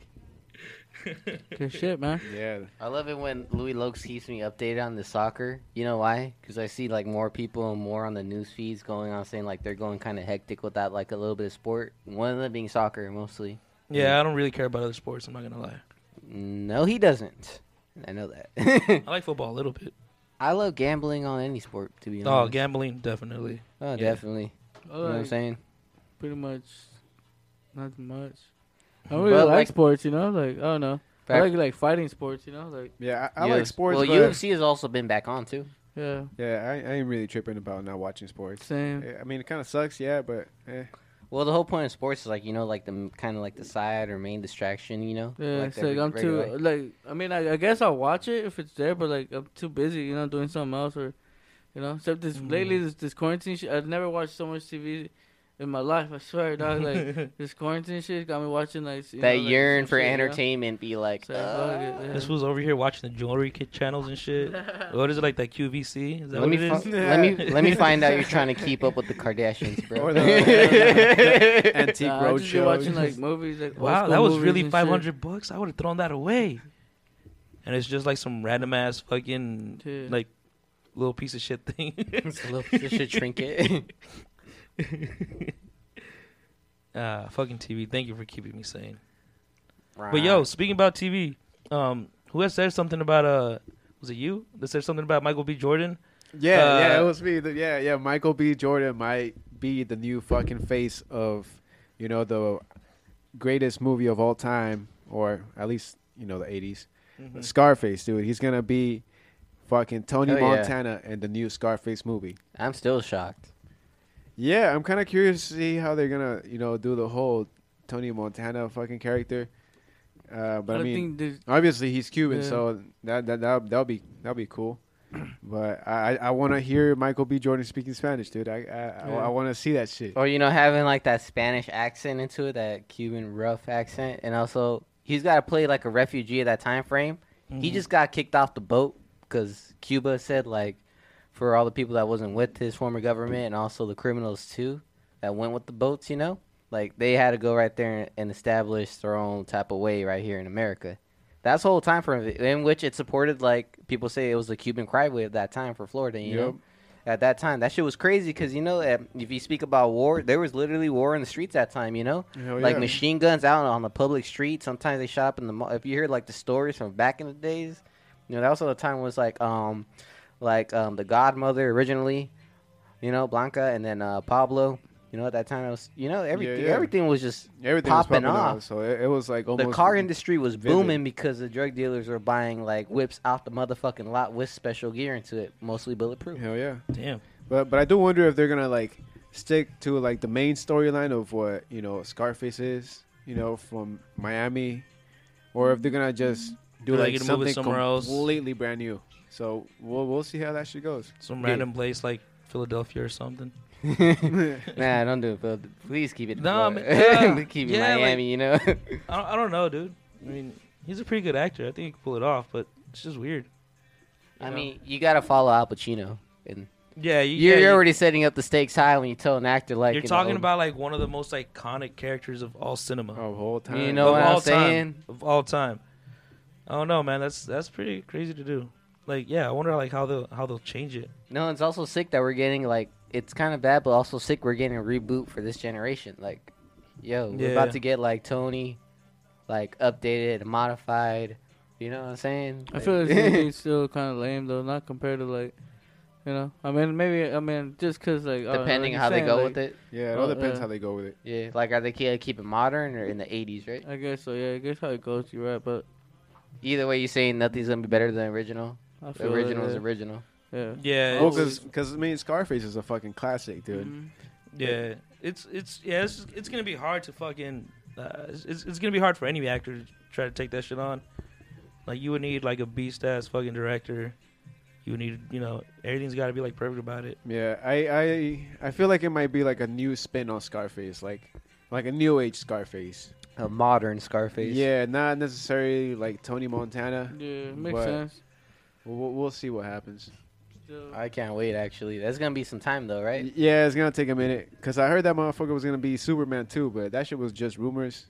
Speaker 1: Good shit, man.
Speaker 4: Yeah.
Speaker 3: I love it when Louis Lokes keeps me updated on the soccer. You know why? Because I see like more people and more on the news feeds going on saying like they're going kind of hectic without like a little bit of sport. One of them being soccer mostly.
Speaker 2: Yeah, I don't really care about other sports. I'm not gonna lie.
Speaker 3: No, he doesn't. I know that.
Speaker 2: I like football a little bit.
Speaker 3: I love gambling on any sport to be
Speaker 2: Oh,
Speaker 3: honest.
Speaker 2: gambling definitely.
Speaker 3: Oh,
Speaker 2: yeah.
Speaker 3: definitely. You know what I'm saying?
Speaker 1: pretty much not much. I don't really
Speaker 3: But,
Speaker 1: like,
Speaker 3: like-
Speaker 1: sports, you know. Like I don't know. I
Speaker 3: Fact-
Speaker 1: like like fighting sports, you know. Like
Speaker 4: Yeah, I, I
Speaker 3: Yeah.
Speaker 4: like sports.
Speaker 3: Well,
Speaker 4: but
Speaker 3: UFC has also been back on too.
Speaker 1: yeah,
Speaker 4: yeah, I, I ain't really tripping about not watching sports.
Speaker 1: same.
Speaker 4: Yeah, I mean, it kind of sucks, yeah, but eh.
Speaker 3: Well, the whole point of sports is like you know, like the kind of like the side or main distraction. You know.
Speaker 1: Yeah,
Speaker 3: Like
Speaker 1: it's
Speaker 3: the
Speaker 1: like I'm too uh,
Speaker 3: regular-
Speaker 1: like. I mean, I, I guess I'll watch it if it's there, but like I'm too busy, you know, doing something else or, you know. Except this lately, this, this quarantine shit. I've never watched so much TV in my life. I swear, dog. Like this quarantine shit got me watching like you
Speaker 3: that
Speaker 1: know, like,
Speaker 3: yearn
Speaker 1: some
Speaker 3: for
Speaker 1: shit, you know?
Speaker 3: entertainment be like.
Speaker 1: So,
Speaker 3: uh,
Speaker 1: fuck it, oh, yeah.
Speaker 2: This was over here watching the jewelry kid channels and shit. what is it like that QVC? Is that
Speaker 3: let
Speaker 2: what
Speaker 3: me
Speaker 2: it
Speaker 3: fi-
Speaker 2: is?
Speaker 3: let me let me find out you're trying to keep up with the Kardashians, bro.
Speaker 4: Or uh, the- antique
Speaker 1: Nah, I
Speaker 4: road
Speaker 1: just be
Speaker 4: show.
Speaker 1: watching like movies. Like old
Speaker 2: Wow,
Speaker 1: school
Speaker 2: that was
Speaker 1: movies
Speaker 2: really
Speaker 1: and shit.
Speaker 2: 500 bucks. I would have thrown that away. And it's just like some random ass fucking
Speaker 1: Yeah.
Speaker 2: like little piece of shit thing.
Speaker 3: It's a little piece of shit trinket.
Speaker 2: Ah, fucking TV. Thank you for keeping me sane. But yo, speaking about TV, um, who has said something about uh, was it you that said something about Michael B. Jordan?
Speaker 4: Yeah, yeah,
Speaker 2: Uh,
Speaker 4: it was me. The- yeah, yeah. Michael B. Jordan might be the new fucking face of, you know, the greatest movie of all time, or at least you know the '80s. Scarface, dude. He's gonna be fucking Tony
Speaker 3: Mm-hmm. Hell yeah.
Speaker 4: Montana in the new Scarface movie.
Speaker 3: I'm still shocked.
Speaker 4: Yeah, I'm kind of curious to see how they're gonna, you know, do the whole Tony Montana fucking character. Uh, but I,
Speaker 1: don't
Speaker 4: mean,
Speaker 1: think there's-
Speaker 4: obviously he's Cuban,
Speaker 1: Yeah.
Speaker 4: so that that that that'll be that'll be cool. But I I want to hear Michael B. Jordan speaking Spanish, dude. I I,
Speaker 1: Yeah.
Speaker 4: I, want to see that shit.
Speaker 3: Or you know, having like that Spanish accent into it, that Cuban rough accent, and also he's got to play like a refugee at that time frame. He just got kicked off the boat because Cuba said like, for all the people that wasn't with his former government and also the criminals too that went with the boats, you know, like they had to go right there and establish their own type of way right here in America. That's the whole time frame of it, in which it supported like people say it was the Cuban cry wave at that time for Florida, you know
Speaker 4: Yep.
Speaker 3: at that time. That shit was crazy because you know eh, if you speak about war, there was literally war in the streets that time. You know,
Speaker 4: Hell
Speaker 3: like
Speaker 4: Oh, yeah.
Speaker 3: machine guns out on the public street. Sometimes they shot up in the. Mo- if you hear like the stories from back in the days, you know that was all the time was like um, like um the Godmother originally, you know Blanca and then uh Pablo. You know at that time it was you know everything
Speaker 4: yeah.
Speaker 3: everything was just
Speaker 4: Everything
Speaker 3: popping
Speaker 4: was popping off.
Speaker 3: off.
Speaker 4: so it, it was like
Speaker 3: the
Speaker 4: almost
Speaker 3: car industry was
Speaker 4: vivid.
Speaker 3: booming because the drug dealers were buying like whips out the motherfucking lot with special gear into it, mostly bulletproof.
Speaker 4: Hell yeah.
Speaker 2: Damn.
Speaker 4: But but I do wonder if they're gonna like stick to like the main storyline of what you know Scarface is, you know, from Miami, or if they're gonna just do
Speaker 2: They're gonna
Speaker 4: like
Speaker 2: move
Speaker 4: something
Speaker 2: it somewhere else.
Speaker 4: completely brand new. So we'll we'll see how that shit goes.
Speaker 2: Some
Speaker 3: Yeah.
Speaker 2: random place like Philadelphia or something.
Speaker 3: Nah, don't do it, Phil. Please keep it. in
Speaker 2: No, I
Speaker 3: Florida.
Speaker 2: mean, yeah.
Speaker 3: keep it
Speaker 2: Yeah, like-
Speaker 3: Miami. you know.
Speaker 2: I don't, I don't know, dude. I mean, he's a pretty good actor. I think he can pull it off, but it's just weird.
Speaker 3: I
Speaker 2: know?
Speaker 3: mean, you gotta follow Al Pacino, and
Speaker 2: Yeah, you,
Speaker 3: you're,
Speaker 2: yeah,
Speaker 3: you're
Speaker 2: you-
Speaker 3: already setting up the stakes high when you tell an actor like
Speaker 2: you're
Speaker 3: you know,
Speaker 2: talking about like one of the most iconic characters of all cinema.
Speaker 4: Oh, whole time.
Speaker 3: You
Speaker 2: of
Speaker 3: know what I'm
Speaker 2: all
Speaker 3: saying?
Speaker 2: time, of all time. I don't know, man. That's that's pretty crazy to do. Like, yeah, I wonder like how they'll how they'll change it.
Speaker 3: No, it's also sick that we're getting like it's kind of bad, but also sick we're getting a reboot for this generation. Like, yo,
Speaker 2: Yeah.
Speaker 3: we're about to get like Tony, like updated, and modified. You know what I'm saying?
Speaker 1: I feel this movie's still kind of lame though, not compared to like, you know. I mean, maybe I mean just cause like uh,
Speaker 3: depending
Speaker 1: like
Speaker 3: on how
Speaker 1: you're
Speaker 3: they
Speaker 1: saying,
Speaker 3: go
Speaker 1: like,
Speaker 3: with it.
Speaker 4: Yeah, it all
Speaker 1: Oh,
Speaker 4: depends
Speaker 1: yeah.
Speaker 4: how they go with it.
Speaker 3: Yeah, like are they ke- keep it modern or in the '80s, right?
Speaker 1: I guess so. Yeah, I guess how it goes. You're right, but
Speaker 3: Either way, you're saying nothing's gonna be better than the original.
Speaker 1: I
Speaker 3: The
Speaker 1: feel
Speaker 3: original is
Speaker 1: it,
Speaker 3: original.
Speaker 1: yeah. yeah.
Speaker 2: Yeah,
Speaker 3: Oh,
Speaker 4: Well,
Speaker 2: it's-
Speaker 4: because I mean Scarface is a fucking classic, dude.
Speaker 1: Mhm.
Speaker 2: Yeah, it's it's yeah, it's it's gonna be hard to fucking. Uh, it's it's it's gonna be hard for any actor to try to take that shit on. Like you would need like a beast ass fucking director. You would need you know everything's got to be like perfect about it.
Speaker 4: Yeah, I, I I feel like it might be like a new spin on Scarface, like like a new age Scarface.
Speaker 3: a modern Scarface.
Speaker 4: Yeah, not necessarily like Tony Montana.
Speaker 1: Yeah, makes
Speaker 4: But-
Speaker 1: sense.
Speaker 4: We'll, we'll see what happens.
Speaker 1: Still,
Speaker 3: I can't wait. Actually, that's gonna be some time though, right?
Speaker 4: Yeah, it's gonna take a minute because I heard that motherfucker was gonna be Superman too, but that shit was just rumors.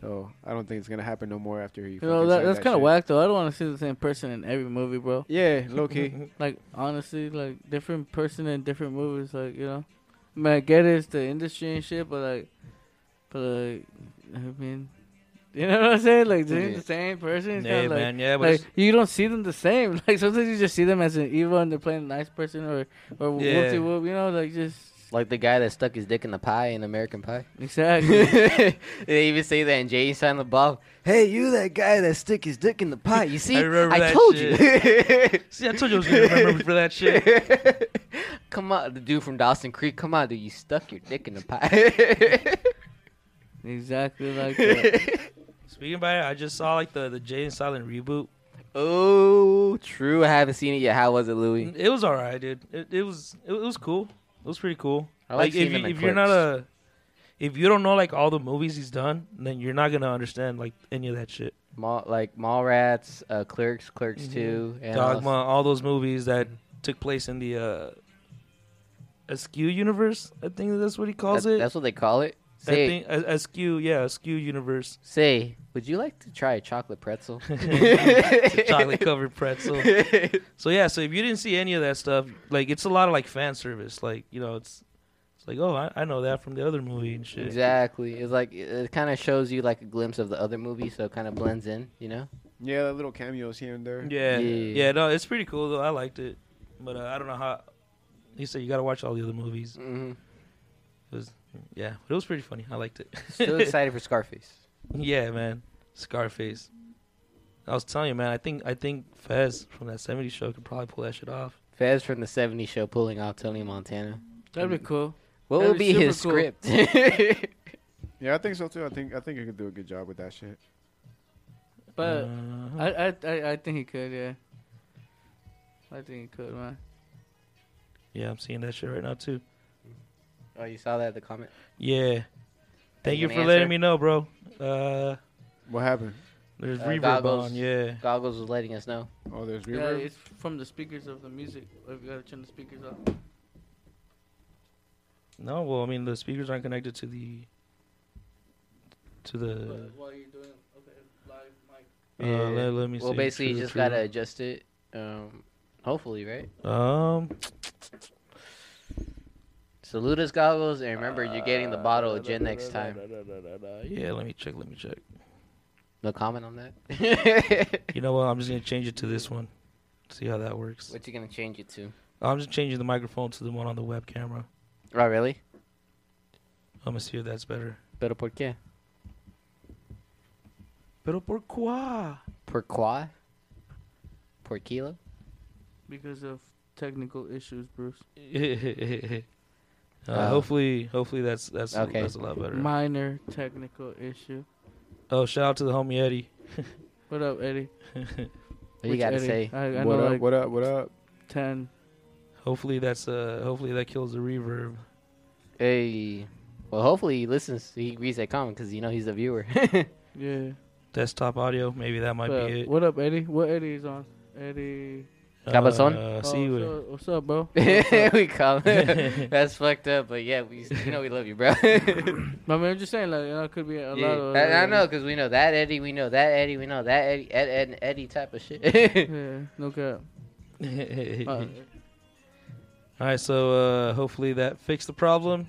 Speaker 4: So I don't think it's gonna happen no more after he.
Speaker 1: you know
Speaker 4: fucking
Speaker 1: that,
Speaker 4: signed
Speaker 1: that's
Speaker 4: that
Speaker 1: kind of
Speaker 4: shit.
Speaker 1: whack though. I don't want to see the same person in every movie, bro.
Speaker 4: Yeah, low key.
Speaker 1: Like honestly, like different person in different movies. Like you know, I mean, I get it's the industry and shit, but like, but like, I mean, you know what I'm saying? Like, they
Speaker 3: Yeah.
Speaker 1: the same person.
Speaker 2: Yeah,
Speaker 1: It's kinda like,
Speaker 2: man. Yeah, but
Speaker 1: Like
Speaker 2: it's-
Speaker 1: you don't see them the same. Like sometimes you just see them as an evil and they're playing a nice person or or
Speaker 2: Yeah.
Speaker 1: whoopty whoop. You know, like just
Speaker 3: Like the guy that stuck his dick in the pie in American Pie.
Speaker 1: exactly.
Speaker 3: they even say that in Jay Silent Bob. Hey, you that guy that stuck his dick in the pie. You see,
Speaker 2: I remember that
Speaker 3: told
Speaker 2: see, I told you I was gonna remember for that shit.
Speaker 3: you. come on, the dude from Dawson Creek. Come on, dude, you stuck your dick in the pie.
Speaker 1: exactly like that.
Speaker 2: Speaking about it, I just saw like the the Jay and Silent reboot.
Speaker 3: oh, true. I haven't seen it yet. How was it, Louis?
Speaker 2: It was alright, dude. It, it was it, was cool. It was pretty cool.
Speaker 3: I like seeing
Speaker 2: if,
Speaker 3: them
Speaker 2: you,
Speaker 3: in
Speaker 2: if you're
Speaker 3: clips.
Speaker 2: not a if you don't know like all the movies he's done, then you're not gonna understand like any of that shit.
Speaker 3: Mall, like Mallrats, uh, Clerks, Clerks
Speaker 2: Mhm.
Speaker 3: Two, and uh,
Speaker 2: Dogma, all those movies that took place in the uh, Askew universe. I think that's what he calls
Speaker 3: That-
Speaker 2: it.
Speaker 3: That's what they call it.
Speaker 2: I
Speaker 3: Say,
Speaker 2: think a- Askew, yeah, Askew universe.
Speaker 3: say, would you like to try a chocolate pretzel?
Speaker 2: It's a chocolate covered pretzel. So yeah, so if you didn't see any of that stuff, like it's a lot of like fan service. Like you know, it's it's like oh, I, I know that from the other movie and shit.
Speaker 3: exactly. It's like it, kind of shows you like a glimpse of the other movie, so it kind of blends in, you know.
Speaker 4: Yeah, the little cameos here and there.
Speaker 2: Yeah, yeah,
Speaker 3: Yeah.
Speaker 2: no, it's pretty cool though. I liked it, but uh, I don't know how. He said you got to watch all the other movies.
Speaker 3: Mm-hmm.
Speaker 2: Yeah, but it was pretty funny. I liked it.
Speaker 3: Still excited for Scarface.
Speaker 2: Yeah, man. Scarface. I was telling you, man. I think I think Fez from that '70s show could probably pull that shit off.
Speaker 3: Fez from the '70s show pulling off Tony Montana.
Speaker 1: That'd be cool.
Speaker 3: What
Speaker 1: That'd
Speaker 3: would
Speaker 1: be
Speaker 3: be his
Speaker 1: super
Speaker 3: script?
Speaker 4: Yeah, I think so too. I think I think he could do a good job with that shit.
Speaker 1: But
Speaker 2: Uh, Uh-huh.
Speaker 1: I, I, I, I think he could. Yeah. I think he could, man.
Speaker 2: yeah, I'm seeing that shit right now too.
Speaker 3: Oh, you saw that the comment.
Speaker 2: Yeah. Thank you
Speaker 3: you
Speaker 2: for
Speaker 3: wanna answer?
Speaker 2: letting me know, bro. Uh,
Speaker 4: What happened?
Speaker 2: there's
Speaker 3: Uh,
Speaker 2: reverb
Speaker 3: goggles.
Speaker 2: on. Yeah.
Speaker 3: Goggles was letting us know.
Speaker 4: Oh, there's
Speaker 1: Yeah,
Speaker 4: reverb.
Speaker 1: it's from the speakers of the music. If you gotta turn the speakers off.
Speaker 2: No, well, I mean the speakers aren't connected to the to the.
Speaker 1: But while you're doing okay, live mic.
Speaker 2: Uh,
Speaker 3: Yeah.
Speaker 2: let, let me see.
Speaker 3: Well, basically, you
Speaker 2: True,
Speaker 3: just
Speaker 2: true.
Speaker 3: gotta adjust it. Um, hopefully, right?
Speaker 2: Um.
Speaker 3: Salute us, goggles, and remember, you're getting the bottle of gin next time.
Speaker 2: Yeah, let me check. Let me check.
Speaker 3: No comment on that.
Speaker 2: You know what? I'm just gonna change it to this one. See how that works.
Speaker 3: what you gonna change it to?
Speaker 2: I'm just changing the microphone to the one on the web camera.
Speaker 3: Oh, really?
Speaker 2: I'm gonna see if that's better.
Speaker 3: Pero por qué?
Speaker 2: Pero por quoi?
Speaker 3: Per qua? Per kilo?
Speaker 1: Because of technical issues, Bruce.
Speaker 2: Uh,
Speaker 3: Oh.
Speaker 2: Hopefully, hopefully that's that's
Speaker 3: Okay.
Speaker 2: that's a lot better.
Speaker 1: Minor technical issue.
Speaker 2: oh, shout out to the homie Eddie.
Speaker 1: What up, Eddie?
Speaker 3: What you
Speaker 1: Which
Speaker 3: gotta
Speaker 1: Eddie?
Speaker 3: say?
Speaker 2: uh,
Speaker 1: I, I
Speaker 4: what
Speaker 1: know
Speaker 4: up?
Speaker 1: like
Speaker 4: what up? What up?
Speaker 1: ten.
Speaker 2: hopefully that's uh hopefully that kills the reverb.
Speaker 3: Hey. Well, hopefully he listens. He reads that comment because you know he's a viewer.
Speaker 1: Yeah.
Speaker 2: Desktop audio, maybe that might
Speaker 1: But
Speaker 2: be it.
Speaker 1: What up, Eddie? What Eddie is on? Eddie.
Speaker 3: Cabazon?
Speaker 2: Uh,
Speaker 1: Oh,
Speaker 2: see you.
Speaker 1: what's up- what's up, bro?
Speaker 3: we call That's fucked up, but yeah, we you know we love you, bro.
Speaker 1: I mean, I'm just saying, like, you know, it could be a
Speaker 3: Yeah,
Speaker 1: lot of.
Speaker 3: I, I know because we know that Eddie, we know that Eddie, we know that Eddie, Ed, Ed, Eddie type of shit.
Speaker 1: Yeah, no cap. Uh,
Speaker 2: All right, so uh, hopefully that fixed the problem.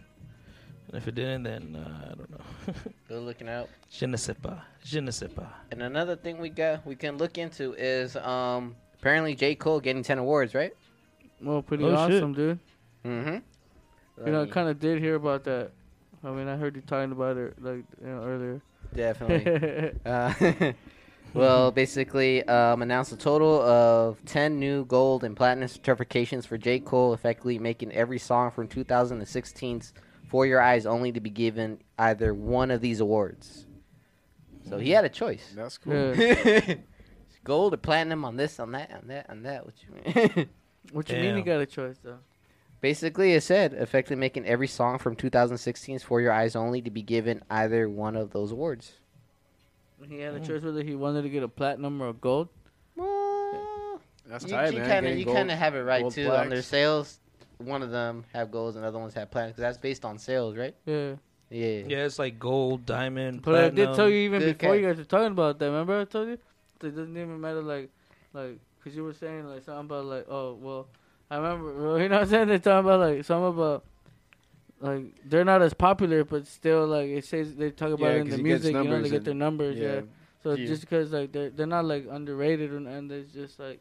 Speaker 2: And if it didn't, then uh, I don't know.
Speaker 3: Go looking out.
Speaker 2: Je ne sais pas. Je ne sais pas.
Speaker 3: And another thing we got we can look into is um apparently J Cole getting ten awards, right?
Speaker 1: well, pretty
Speaker 2: Oh, shit.
Speaker 1: awesome, dude.
Speaker 3: Mm-hmm.
Speaker 1: You know, I kind of did hear about that. I mean, I heard you talking about it like you know, earlier.
Speaker 3: definitely. Uh, well, basically, um, announced a total of 10 new gold and platinum certifications for J. Cole, effectively making every song from 2016's For Your Eyes only to be given either one of these awards. So he had a choice.
Speaker 4: That's cool.
Speaker 1: yeah.
Speaker 3: gold or platinum on this, on that, on that, on that. What you mean?
Speaker 1: What you mean you
Speaker 2: Damn.
Speaker 1: got a choice though?
Speaker 3: Basically, it said effectively making every song from 2016's For Your Eyes only to be given either one of those awards.
Speaker 1: He had a
Speaker 2: Mm.
Speaker 1: choice whether he wanted to get a platinum or a gold.
Speaker 3: Well,
Speaker 4: That's
Speaker 3: you,
Speaker 4: tight,
Speaker 3: you
Speaker 4: man.
Speaker 3: Kinda,
Speaker 4: Getting
Speaker 3: you
Speaker 4: gold.
Speaker 3: kind of have it right
Speaker 4: gold
Speaker 3: too. On their
Speaker 4: plaques.
Speaker 3: sales, one of them have goals and other ones have platinum. 'cause that's based on sales, right?
Speaker 1: Yeah,
Speaker 3: Yeah.
Speaker 2: Yeah, it's like gold, diamond,
Speaker 1: but I did tell you even
Speaker 3: Good
Speaker 1: before
Speaker 3: catch.
Speaker 1: you guys were talking about that. Remember I told you it doesn't even matter like, like because you were saying like something about like oh well, I remember well, you know what I'm saying they're talking about like something about like they're not as popular but still like it says they talk about
Speaker 4: Yeah,
Speaker 1: it in
Speaker 4: 'cause
Speaker 1: the
Speaker 4: he gets
Speaker 1: music you know they
Speaker 4: numbers
Speaker 1: get their numbers yeah. So
Speaker 3: Yeah.
Speaker 1: just because like they're they're not like underrated and, and they're just like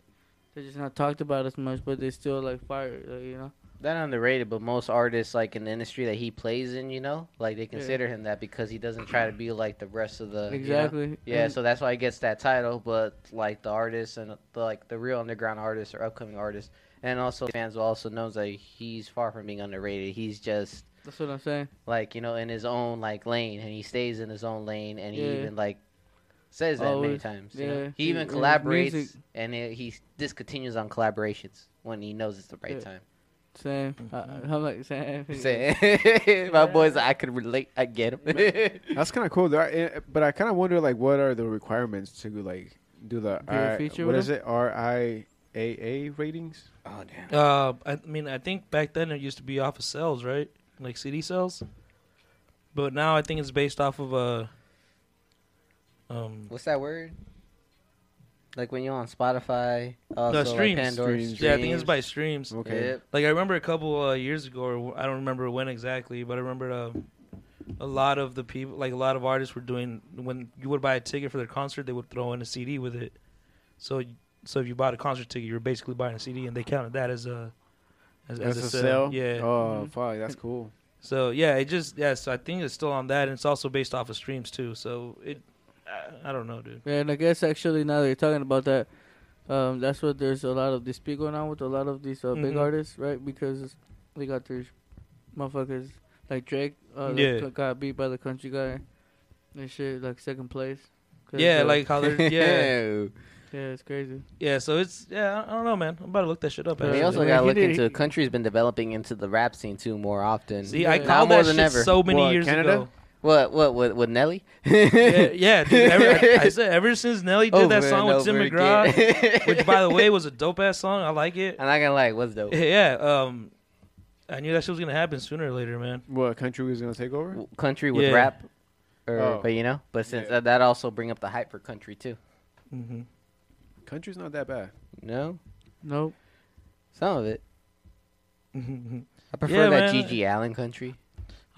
Speaker 1: they're just not talked about as much but they still like fire like, you know.
Speaker 3: That underrated, but most artists like in the industry that he plays in, you know, like they
Speaker 1: Yeah.
Speaker 3: consider him that because he doesn't try to be like the rest of the. you know?
Speaker 1: exactly.
Speaker 3: Yeah,
Speaker 1: And-
Speaker 3: so that's why he gets that title. But like the artists and the, like the real underground artists or upcoming artists, and also fans will also knows that he's far from being underrated. He's just
Speaker 1: That's what I'm saying.
Speaker 3: like you know in his own like lane and he stays in his own lane and
Speaker 1: Yeah.
Speaker 3: he even like says that many
Speaker 1: Always,
Speaker 3: times you know?
Speaker 1: yeah.
Speaker 3: he even
Speaker 1: Yeah,
Speaker 3: collaborates
Speaker 1: music.
Speaker 3: and he, he discontinues on collaborations when he knows it's the right
Speaker 1: Yeah.
Speaker 3: time
Speaker 1: Same. I, I'm like same.
Speaker 3: Say- my boys i could relate i get him
Speaker 4: That's kind of cool. There are, eh, but I kind of wonder like what are the requirements to like do the
Speaker 1: Be a
Speaker 4: I-
Speaker 1: feature
Speaker 4: what
Speaker 1: with
Speaker 4: is it R I A A ratings?
Speaker 3: oh damn
Speaker 2: Uh, I mean, I think back then it used to be off of cells, right? Like CD cells. But now I think it's based off of uh, um,
Speaker 3: what's that word like when you're on spotify also
Speaker 2: streams.
Speaker 3: like pandora
Speaker 4: Streams.
Speaker 2: yeah, I think it's by
Speaker 3: streams.
Speaker 2: streams.
Speaker 4: Okay.
Speaker 3: Yep.
Speaker 2: Like I remember a couple uh, years ago, or I don't remember when exactly, but I remember um, a lot of the people, like a lot of artists, were doing when you would buy a ticket for their concert, they would throw in a CD with it. So, so if you bought a concert ticket, you were basically buying a CD, and they counted that as a as, as
Speaker 4: That's
Speaker 2: a sale. Yeah.
Speaker 1: Mm-hmm.
Speaker 4: Oh fuck, that's cool.
Speaker 2: So yeah, it just yeah. So I think it's still on that, and it's also based off of streams too. So it, I, I don't know, dude.
Speaker 1: Yeah, and I guess actually now that you're talking about that, um, that's what there's a lot of dispute going on with a lot of these uh, big
Speaker 2: Mhm.
Speaker 1: artists, right? Because they got their motherfuckers like Drake, uh, that
Speaker 2: Yeah.
Speaker 1: got beat by the country guy and shit, like second place. 'Cause,
Speaker 2: yeah,
Speaker 1: uh,
Speaker 2: like how they're yeah,
Speaker 1: yeah, it's crazy.
Speaker 2: yeah. So it's yeah, I I don't know, man. I'm about to look that shit up.
Speaker 1: But
Speaker 3: But we
Speaker 2: actually.
Speaker 3: also
Speaker 1: Yeah,
Speaker 3: got to
Speaker 1: he
Speaker 3: look
Speaker 1: did-
Speaker 3: into
Speaker 1: he-
Speaker 3: the country's been developing into the rap scene too more often.
Speaker 2: See,
Speaker 1: Yeah.
Speaker 2: I
Speaker 1: Now
Speaker 2: called
Speaker 3: more
Speaker 2: that
Speaker 3: than
Speaker 2: shit
Speaker 3: ever.
Speaker 2: so many
Speaker 4: What,
Speaker 2: years
Speaker 4: Canada?
Speaker 2: ago.
Speaker 3: What? What? What? With Nelly?
Speaker 2: Yeah, yeah dude, ever, I said ever since Nelly did that
Speaker 3: Oh, Over
Speaker 2: song
Speaker 3: and
Speaker 2: with Tim
Speaker 3: over
Speaker 2: McGraw,
Speaker 3: again.
Speaker 2: which by the way was a dope ass song. I like it.
Speaker 3: I'm not gonna lie, it was dope.
Speaker 2: Yeah, um, I knew that shit was gonna happen sooner or later, man.
Speaker 4: What country was gonna take over?
Speaker 3: Country with
Speaker 2: Yeah.
Speaker 3: rap, or,
Speaker 4: Oh.
Speaker 3: but you know, but since
Speaker 4: Yeah.
Speaker 3: that, that also bring up the hype for country too.
Speaker 2: hmm
Speaker 4: Country's not that bad.
Speaker 3: No,
Speaker 1: Nope.
Speaker 3: some of it. I prefer
Speaker 2: Yeah,
Speaker 3: that
Speaker 2: man.
Speaker 3: Gigi Allen country.
Speaker 2: Mm-hmm.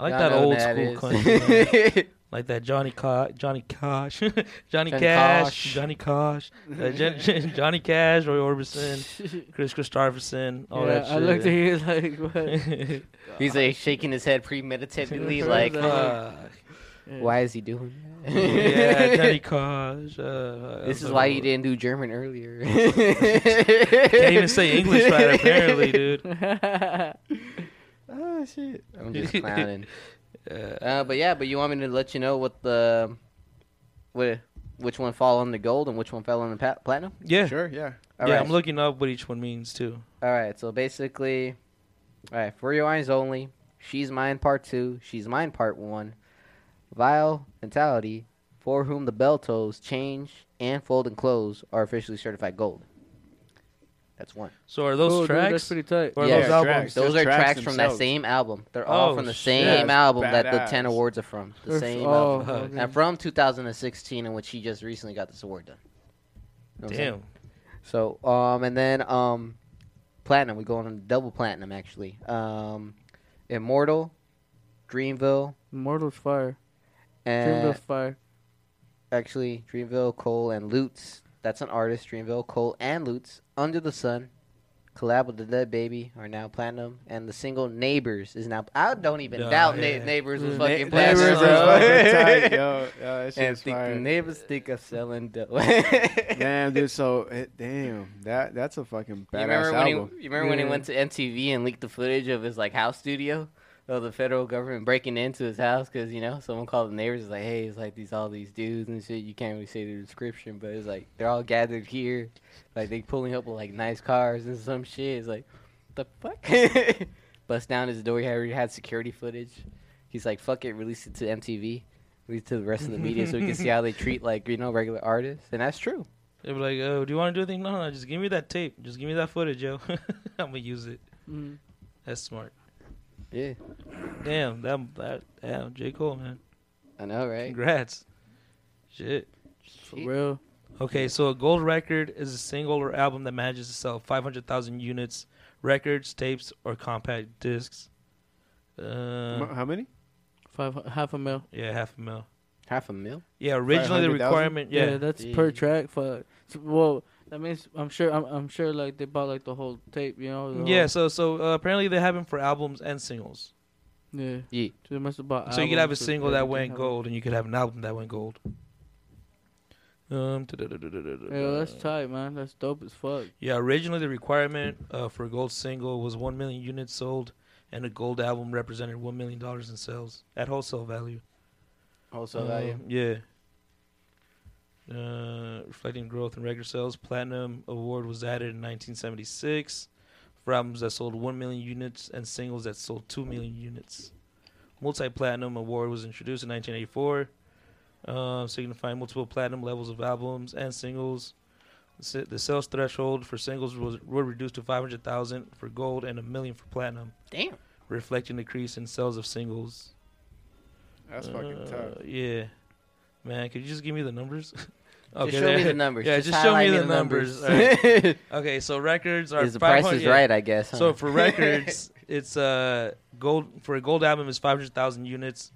Speaker 2: I like
Speaker 3: Y'all
Speaker 2: that
Speaker 3: know
Speaker 2: old
Speaker 3: what
Speaker 2: school
Speaker 3: is.
Speaker 2: country, man. like that Johnny Cash, Johnny Cash, Johnny Cash,
Speaker 3: Cash.
Speaker 2: Johnny Cash, uh, Jon- Johnny Cash, Roy Orbison, Chris Christopherson, all
Speaker 1: yeah,
Speaker 2: that shit.
Speaker 1: I looked at you like, what?
Speaker 3: He's like shaking his head premeditatively, like, uh,
Speaker 2: Fuck.
Speaker 1: Yeah.
Speaker 3: why is he doing that?
Speaker 2: yeah, Johnny Cash. Uh,
Speaker 3: this is
Speaker 2: uh,
Speaker 3: why you didn't do German earlier.
Speaker 2: Can't
Speaker 3: Can't
Speaker 2: even say English right, apparently, dude.
Speaker 3: Oh shit! I'm just clowning. uh, but yeah, but you want me to let you know what the what which one fall on the gold and which one fell on the pat- platinum?
Speaker 2: Yeah,
Speaker 4: Sure, yeah.
Speaker 3: All
Speaker 2: yeah.
Speaker 3: right.
Speaker 2: I'm looking up what each one means too.
Speaker 3: All right. So basically, all right. For your eyes only. She's mine. Part two. She's mine. Part one. Vile mentality. For whom the bell tolls, change and fold and close are officially certified gold. That's one.
Speaker 2: So are those
Speaker 1: Cool, dude,
Speaker 2: tracks?
Speaker 1: that's pretty tight.
Speaker 2: Or
Speaker 3: Yeah,
Speaker 2: those
Speaker 4: tracks.
Speaker 2: albums?
Speaker 3: Those
Speaker 4: Just
Speaker 3: are
Speaker 4: tracks
Speaker 3: tracks from that
Speaker 4: themselves.
Speaker 3: same album. They're all
Speaker 2: Oh,
Speaker 3: from the
Speaker 2: shit.
Speaker 3: same
Speaker 4: That's
Speaker 3: album that the
Speaker 4: badass.
Speaker 3: 10 awards are from. The
Speaker 1: If-
Speaker 3: same
Speaker 1: oh,
Speaker 3: album.
Speaker 2: album.
Speaker 1: okay.
Speaker 3: And from 2016, in which he just recently got this award done. You know what I'm saying?
Speaker 2: Damn.
Speaker 3: So, um, and then um, platinum. We go on double platinum actually. Um, Immortal, Dreamville,
Speaker 1: Mortal's fire.
Speaker 3: and
Speaker 1: Dreamville's fire.
Speaker 3: actually Dreamville, Cole, and Lutz. That's an artist. Dreamville, Cole, and Lutz. Under the Sun, collab with the Dead Baby are now platinum, and the single Neighbors is now. I don't even
Speaker 2: Yeah,
Speaker 3: doubt
Speaker 2: yeah.
Speaker 3: Na- Neighbors was
Speaker 1: Mm.
Speaker 3: fucking
Speaker 4: Na-
Speaker 3: platinum.
Speaker 4: Neighbors is
Speaker 3: bro.
Speaker 4: fucking tight, yo. Yo, that shit
Speaker 3: and
Speaker 4: is
Speaker 3: think
Speaker 4: fire.
Speaker 3: the neighbors think of selling dope.
Speaker 4: Damn, dude. So eh, damn, that that's a fucking
Speaker 3: You
Speaker 4: badass
Speaker 3: remember when he,
Speaker 4: album.
Speaker 3: you remember when he
Speaker 1: Yeah.
Speaker 3: went to MTV and leaked the footage of his like house studio of the federal government breaking into his house because you know someone called the neighbors is like, hey, it's like these all these dudes and shit. You can't really say the description, but it's like they're all gathered here, like they pulling up with like nice cars and some shit. It's like the fuck. Bust down his door. He already had security footage. He's like, fuck it, release it to MTV. Release it to the rest of the media so we can see how they treat like you know regular artists, and that's true.
Speaker 2: They were like, "Oh, do you want to do anything? No, no, just give me that tape. Just give me that footage, yo. I'm gonna use it.
Speaker 1: Mm.
Speaker 2: That's smart.
Speaker 3: Yeah,
Speaker 2: Damn, that that damn J Cole, man.
Speaker 3: I know, right?
Speaker 2: Congrats. Shit.
Speaker 1: For
Speaker 3: Shit.
Speaker 1: real.
Speaker 2: Okay, so a gold record is a single or album that manages to sell 500,000 units, records, tapes, or compact discs.
Speaker 4: M-
Speaker 2: Uh,
Speaker 4: How many?
Speaker 1: Five, half a mil.
Speaker 2: yeah, half a mil.
Speaker 3: Half a mil.
Speaker 2: Yeah, originally the
Speaker 4: 500,000?
Speaker 2: requirement.
Speaker 1: Yeah,
Speaker 2: Yeah,
Speaker 1: that's per
Speaker 3: Jeez.
Speaker 1: track. Fuck. So, well, that means I'm sure. I'm, I'm sure. Like they bought like the whole tape. You know. the
Speaker 2: yeah.
Speaker 1: whole-
Speaker 2: so so uh, apparently they have them for albums and singles.
Speaker 1: Yeah.
Speaker 3: Yeah.
Speaker 1: So they must have bought.
Speaker 2: so you could have a
Speaker 1: albums with
Speaker 2: single that
Speaker 1: everything
Speaker 2: went
Speaker 1: happening.
Speaker 2: gold, and you could have an album that went gold. Um, da-da-da-da-da-da-da.
Speaker 1: Yeah, that's tight, man. That's dope as fuck.
Speaker 2: Yeah, originally the requirement uh, for a gold single was 1 million units sold, and a gold album represented $1 million in sales at wholesale value.
Speaker 3: Also
Speaker 2: Um,
Speaker 4: Oh.
Speaker 2: Yeah. Uh, reflecting growth in record sales, Platinum Award was added in 1976 for albums that sold 1 million units and singles that sold 2 million units. Multi Platinum Award was introduced in 1984, uh, signifying multiple platinum levels of albums and singles. The sa- The sales threshold for singles was were reduced to 500,000 for gold and a million for platinum,
Speaker 3: Damn.
Speaker 2: reflecting decrease in sales of singles.
Speaker 4: That's fucking
Speaker 2: Uh,
Speaker 4: tough.
Speaker 2: Yeah, man, could you just give me the numbers?
Speaker 3: just show me the
Speaker 2: there-
Speaker 3: numbers.
Speaker 2: Yeah, just, show me
Speaker 3: highlight
Speaker 2: the numbers. Alright. Okay, so records are
Speaker 3: Is the price
Speaker 2: 500
Speaker 3: is
Speaker 2: yeah.
Speaker 3: right, I guess. huh?
Speaker 2: So for records, it's uh gold for a gold album is five hundred thousand units,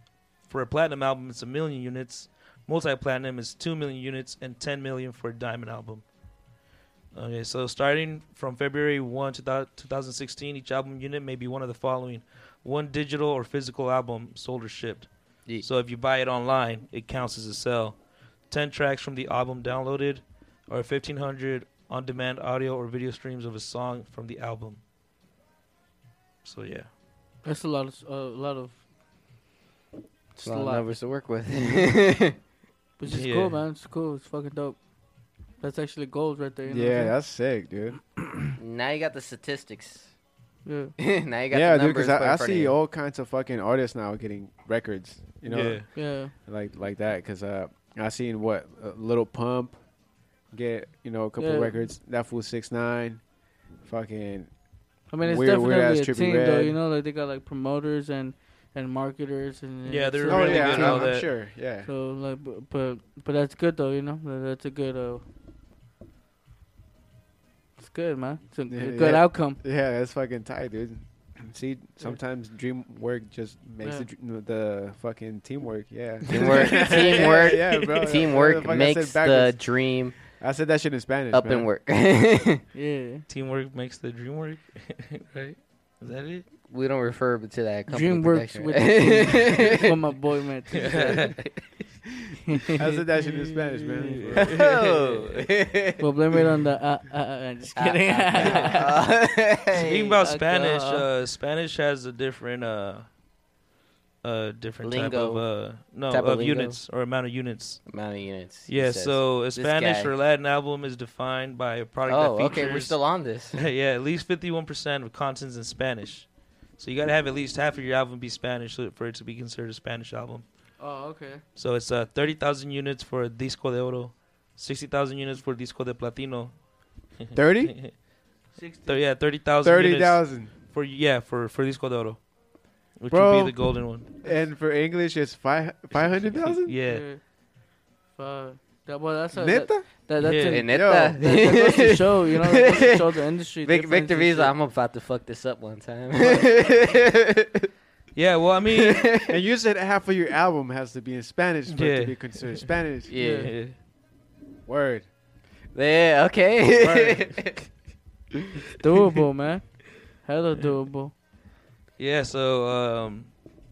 Speaker 2: for a platinum album it's a million units, multi platinum is two million units, and ten million for a diamond album. Okay, so starting from February 1, 2016, each album unit may be one of the following one digital or physical album sold or shipped.
Speaker 3: Yeet.
Speaker 2: So if you buy it online, it counts as a sell. 10 tracks from the album downloaded, or 1,500 on demand audio or video streams of a song from the album. So yeah.
Speaker 1: That's a lot of s- uh, a lot of.
Speaker 3: It's a lot of numbers to work with.
Speaker 1: Which is
Speaker 2: Yeah.
Speaker 1: cool, man. It's cool. It's fucking dope. That's actually gold right there. You know
Speaker 4: yeah,
Speaker 1: What
Speaker 4: that's sick, dude.
Speaker 3: Now you got the statistics.
Speaker 1: I'm saying?
Speaker 3: now you got
Speaker 4: Yeah,
Speaker 3: the
Speaker 4: dude,
Speaker 3: numbers.
Speaker 4: because
Speaker 3: put in
Speaker 4: I, I
Speaker 3: front of
Speaker 4: see
Speaker 3: you.
Speaker 4: all kinds of fucking artists now getting records. You know,
Speaker 2: yeah.
Speaker 1: yeah. Yeah.
Speaker 4: like like that because uh, I seen what uh, Little Pump get you know a couple
Speaker 1: Yeah.
Speaker 4: records. That fool six nine, fucking
Speaker 1: I mean, it's
Speaker 4: Weird- weird
Speaker 1: definitely
Speaker 4: ass
Speaker 1: a
Speaker 4: Trippie
Speaker 1: team, though.
Speaker 4: Redd.
Speaker 1: You know, like they got like promoters and and marketers and
Speaker 2: Yeah,
Speaker 1: and
Speaker 2: they're
Speaker 1: so-
Speaker 4: Oh
Speaker 2: really
Speaker 4: yeah,
Speaker 2: good
Speaker 4: I'm,
Speaker 2: at all
Speaker 4: I'm
Speaker 2: that.
Speaker 4: sure. Yeah,
Speaker 1: So like, bu- but but that's good though. You know, Tha- that's a good. Uh, it's good, man. It's a
Speaker 4: Yeah,
Speaker 1: good
Speaker 4: yeah.
Speaker 1: outcome.
Speaker 4: yeah, that's fucking tight, dude. See, sometimes dream work just makes
Speaker 1: Yeah.
Speaker 4: the, dr- the fucking teamwork. Yeah,
Speaker 3: Teamwork,
Speaker 4: Yeah,
Speaker 3: teamwork,
Speaker 4: yeah, bro. That's what the
Speaker 3: teamwork
Speaker 4: fuck I said
Speaker 3: makes the
Speaker 4: backwards.
Speaker 3: dream
Speaker 4: I said that shit in Spanish.
Speaker 3: up
Speaker 4: man.
Speaker 3: and work.
Speaker 1: Yeah.
Speaker 2: Teamwork makes the dream work, right? Is that it?
Speaker 3: we don't refer to that. company
Speaker 1: Dream works
Speaker 3: production,
Speaker 1: with
Speaker 3: right?
Speaker 1: what my boy meant.
Speaker 4: I said that shit in Spanish, man.
Speaker 3: Oh.
Speaker 1: Well, blame it on the. Uh, uh, uh, just kidding.
Speaker 2: Speaking about
Speaker 1: Fuck
Speaker 2: Spanish,
Speaker 1: off.
Speaker 2: uh, Spanish has a different, uh, uh, different type
Speaker 3: Lingo.
Speaker 2: of uh, no
Speaker 3: Type of
Speaker 2: of
Speaker 3: lingo.
Speaker 2: units or amount of units.
Speaker 3: Amount of units. he
Speaker 2: Yeah,
Speaker 3: says.
Speaker 2: so a Spanish
Speaker 3: guy.
Speaker 2: or Latin album is defined by a product
Speaker 3: oh,
Speaker 2: that features
Speaker 3: okay, we're still on this.
Speaker 2: yeah, at least 51% of contents in Spanish. So you got to have at least half of your album be Spanish so- for it to be considered a Spanish album.
Speaker 1: oh, okay.
Speaker 2: So it's uh, 30,000 units for Disco de Oro, 60,000 units for Disco de Platino.
Speaker 4: 30?
Speaker 2: Thir-
Speaker 1: 60.
Speaker 2: yeah, 30,000 units
Speaker 4: 30,000.
Speaker 2: for yeah, for for Disco de Oro, which
Speaker 4: Bro.
Speaker 2: would be the golden one.
Speaker 4: And for English, it's five 500,000?
Speaker 2: Yeah.
Speaker 1: Fuck. That, well, that's a, that,
Speaker 4: Neta?
Speaker 1: that, that's
Speaker 2: Yeah.
Speaker 1: a,
Speaker 3: And
Speaker 1: that,
Speaker 3: it-
Speaker 4: Yo.
Speaker 3: uh,
Speaker 1: that goes to show, you know, that goes to show the industry.
Speaker 3: Vic-
Speaker 1: difference
Speaker 3: Victor
Speaker 1: and
Speaker 3: Visa,
Speaker 1: shit.
Speaker 3: I'm about to fuck this up one time.
Speaker 2: Yeah, well, I mean,
Speaker 4: and you said half of your album has to be in Spanish for it to
Speaker 2: Yeah.
Speaker 4: be considered Spanish.
Speaker 3: yeah.
Speaker 2: yeah.
Speaker 4: Word.
Speaker 3: Yeah, okay.
Speaker 1: doable, man. Hella doable.
Speaker 2: Yeah, so um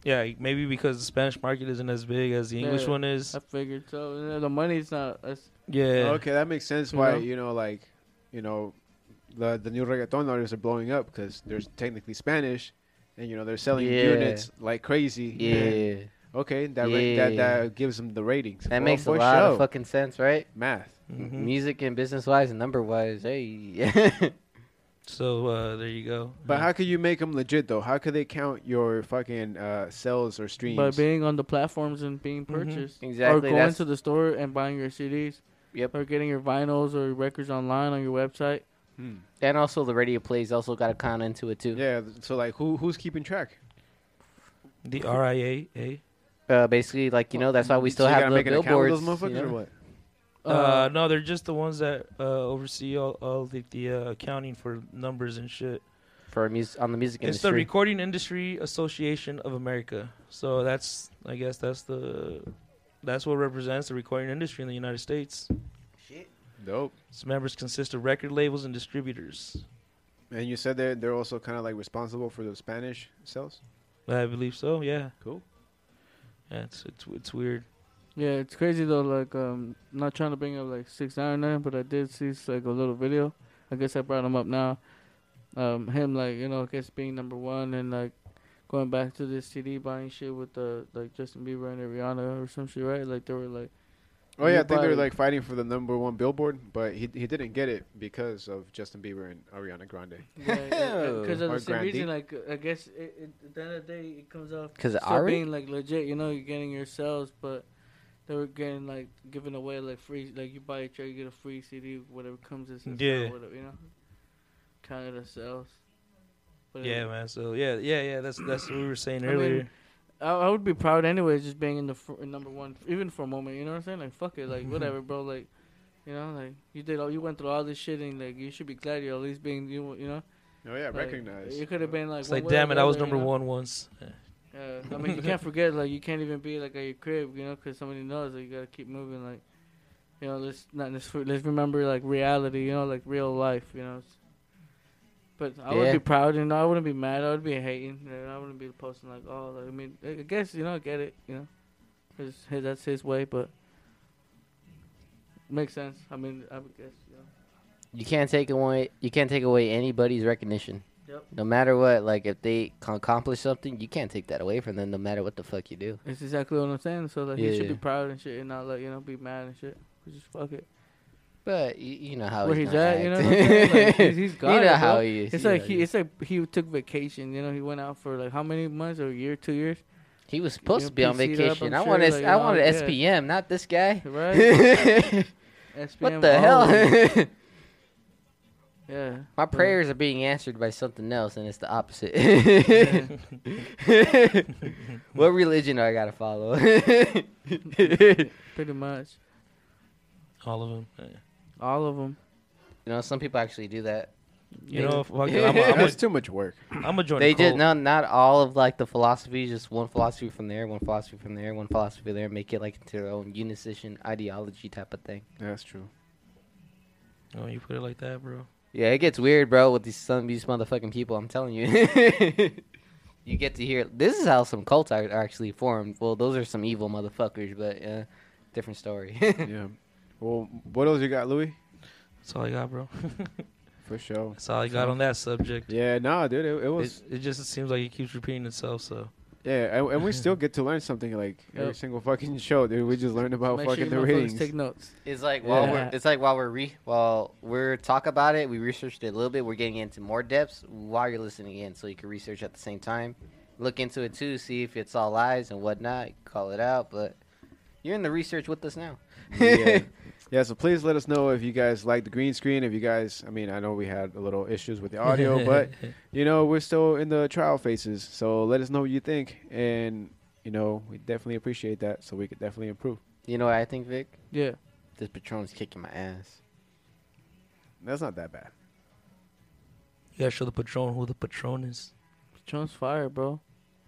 Speaker 2: yeah, maybe because the Spanish market isn't as big as the English
Speaker 1: Yeah.
Speaker 2: one is.
Speaker 1: I figured so. You know, The money's not. As,
Speaker 2: Yeah.
Speaker 4: Okay, that makes sense
Speaker 1: You
Speaker 4: why,
Speaker 1: know?
Speaker 4: you know, like, you know, the, the new reggaeton artists are blowing up because they're technically Spanish and, you know, they're selling
Speaker 3: Yeah.
Speaker 4: units like crazy. And,
Speaker 3: yeah.
Speaker 4: okay, that, ra- that
Speaker 3: Yeah.
Speaker 4: that gives them the ratings.
Speaker 3: That
Speaker 4: Well,
Speaker 3: makes a
Speaker 4: for
Speaker 3: lot
Speaker 4: sure. Mm-hmm.
Speaker 3: of fucking sense, right?
Speaker 4: math.
Speaker 2: Mhm.
Speaker 3: Music and business wise and number wise, hey.
Speaker 2: So uh, there you go.
Speaker 4: But how could you make them legit, though? How could they count your fucking uh, sales or streams?
Speaker 1: by being on the platforms and being
Speaker 2: Mhm.
Speaker 1: purchased.
Speaker 3: Mm-hmm. Exactly,
Speaker 1: Or going
Speaker 3: that's-
Speaker 1: to the store and buying your CDs.
Speaker 3: Yep.
Speaker 1: Or getting your vinyls or records online on your website.
Speaker 4: Hmm.
Speaker 3: and also the radio plays also got to count into it too.
Speaker 4: Yeah, so, like, who who's keeping track?
Speaker 2: the RIA? Eh?
Speaker 3: Uh, basically, like you know, that's why we still
Speaker 4: so you
Speaker 3: have
Speaker 4: gotta
Speaker 3: the
Speaker 4: make an account with
Speaker 3: billboards.
Speaker 4: those motherfuckers
Speaker 3: you
Speaker 4: or
Speaker 3: know?
Speaker 4: what?
Speaker 2: Uh, no, they're just the ones that uh, oversee all, all the, the uh, accounting for numbers and shit.
Speaker 3: for mus- on the music
Speaker 2: It's the
Speaker 3: industry.
Speaker 2: Recording Industry Association of America. So that's I guess that's the that's what represents the recording industry in the United States.
Speaker 4: Dope.
Speaker 2: Its members consist of record labels and distributors.
Speaker 4: And you said they're they're also kind of like responsible for the Spanish sales.
Speaker 2: I believe so. Yeah.
Speaker 4: Cool.
Speaker 2: Yeah, it's it's it's weird.
Speaker 1: Yeah, it's crazy though. Like, um, not trying to bring up like six nine nine, but I did see like a little video. I guess I brought him up now. Um, him like you know, I guess being number one and like going back to this CD buying shit with the like Justin Bieber and Rihanna or some shit, right? Like they were like,
Speaker 4: Oh yeah, I think they're
Speaker 1: Everybody-
Speaker 4: like fighting for the number one Billboard, but he he didn't get it because of Justin Bieber and Ariana Grande.
Speaker 1: because of
Speaker 4: Or
Speaker 1: the same
Speaker 4: Grande.
Speaker 1: reason. Like, I guess it, it, at the end of the day, it comes off
Speaker 3: 'Cause
Speaker 1: still
Speaker 3: Ari?
Speaker 1: being like legit. You know, you're getting your sales, but they were getting like giving away like free, like you buy a chair, you get a free CD, whatever comes as a
Speaker 2: Yeah.
Speaker 1: sale, whatever, you know, counted as sales. But it-
Speaker 2: Yeah, man. So yeah, yeah, yeah. That's that's what we were saying
Speaker 1: I mean,
Speaker 2: earlier.
Speaker 1: uh, I, I would be proud anyways, just being in the fr- in number one, even for a moment. You know what I'm saying? Like, fuck it, like whatever, bro. Like, you know, like you did all, you went through all this shit, and like you should be glad you're at least being you, you know.
Speaker 4: Oh yeah,
Speaker 1: Like,
Speaker 4: recognized.
Speaker 1: You could have been like,
Speaker 2: It's
Speaker 1: one
Speaker 2: like,
Speaker 1: way or
Speaker 2: damn it,
Speaker 1: the
Speaker 2: I was
Speaker 1: other, you
Speaker 2: number
Speaker 1: know?
Speaker 2: one once.
Speaker 1: Yeah, I mean, you can't forget, like, you can't even be, like, at your crib, you know, because somebody knows that you got to keep moving, like, you know, let's not, let's, let's remember, like, reality, you know, like, real life, you know. It's- But I would
Speaker 3: Yeah.
Speaker 1: be proud, you know, I wouldn't be mad, I would be hating, you know, I wouldn't be posting, like, oh, like, I mean, I I guess, you know, I get it, you know, 'cause hey, that's his way, but makes sense. I mean, I would guess, you know.
Speaker 3: You can't take away you can't take away anybody's recognition.
Speaker 1: Yep.
Speaker 3: No matter what, like if they can accomplish something, you can't take that away from them. No matter what the fuck you do.
Speaker 1: That's exactly what I'm saying. So like, you
Speaker 3: Yeah,
Speaker 1: should be
Speaker 3: yeah.
Speaker 1: proud and shit, and not like you know be mad and shit. 'Cause Just fuck it.
Speaker 3: But you, you know how
Speaker 1: Where
Speaker 3: he's,
Speaker 1: he's
Speaker 3: gonna
Speaker 1: at, you know
Speaker 3: act.
Speaker 1: what I'm saying? Like, he's- he's got
Speaker 3: You know
Speaker 1: it,
Speaker 3: how
Speaker 1: bro.
Speaker 3: he is.
Speaker 1: It's
Speaker 3: you
Speaker 1: like
Speaker 3: know
Speaker 1: he,
Speaker 3: he,
Speaker 1: it's like he took vacation. You know, he went out for like how many months or a year, two years,
Speaker 3: he was supposed
Speaker 1: you
Speaker 3: to be on
Speaker 1: PC'd up, I'm
Speaker 3: vacation. I
Speaker 1: sure,
Speaker 3: wanted
Speaker 1: like,
Speaker 3: I
Speaker 1: you
Speaker 3: wanted
Speaker 1: know, yeah.
Speaker 3: SPM, not this guy.
Speaker 1: right?
Speaker 3: what
Speaker 1: SPM
Speaker 3: the
Speaker 1: always.
Speaker 3: hell?
Speaker 1: yeah.
Speaker 3: My
Speaker 1: but-
Speaker 3: prayers are being answered by something else, and it's the opposite.
Speaker 1: Yeah.
Speaker 3: what religion do I gotta follow?
Speaker 1: Pretty much
Speaker 2: All of them. Yeah.
Speaker 1: all of them.
Speaker 3: You know, some people actually do that.
Speaker 2: You
Speaker 1: Yeah.
Speaker 2: know, fuck it, I'm a, I'm
Speaker 4: That's
Speaker 2: a,
Speaker 4: too much work.
Speaker 2: I'm a join.
Speaker 3: they
Speaker 2: the cult.
Speaker 3: did no, not all of like the philosophies. Just one philosophy from there, one philosophy from there, one philosophy there. Make it like into their own unison ideology type of thing.
Speaker 4: That's true.
Speaker 2: Oh, you put it like that, bro.
Speaker 3: Yeah, it gets weird, bro, with these some of these motherfucking people. I'm telling you. you get to hear this is how some cults are, are actually formed. Well, those are some evil motherfuckers, but uh, different story.
Speaker 4: yeah. Well, what else you got, Louis?
Speaker 2: That's all I got, bro.
Speaker 4: For sure.
Speaker 2: That's all I got on that subject.
Speaker 4: Yeah, nah, dude. It, it was.
Speaker 2: It, it just seems like it keeps repeating itself. So
Speaker 4: yeah, and, and we still get to learn something like every
Speaker 1: Yep.
Speaker 4: single fucking show, dude. We just learned about
Speaker 1: Make sure
Speaker 4: fucking
Speaker 1: you
Speaker 4: the
Speaker 1: motherfuckers
Speaker 4: ratings.
Speaker 1: take notes.
Speaker 3: It's like while
Speaker 1: Yeah.
Speaker 3: we're it's like while we're re while we're talk about it, we researched it a little bit. We're getting into more depths while you're listening in, so you can research at the same time. Look into it too, see if it's all lies and whatnot. Call it out, but you're in the research with us now.
Speaker 4: yeah. yeah, so please let us know if you guys like the green screen. If you guys, I mean, I know we had a little issues with the audio, but you know, we're still in the trial phases. So let us know what you think, and you know, we definitely appreciate that. So we could definitely improve.
Speaker 3: You know what I think, Vic?
Speaker 1: Yeah.
Speaker 3: This Patron's kicking my ass.
Speaker 4: That's not that bad.
Speaker 2: you gotta show the patron who the patron is.
Speaker 1: Patron's fire, bro.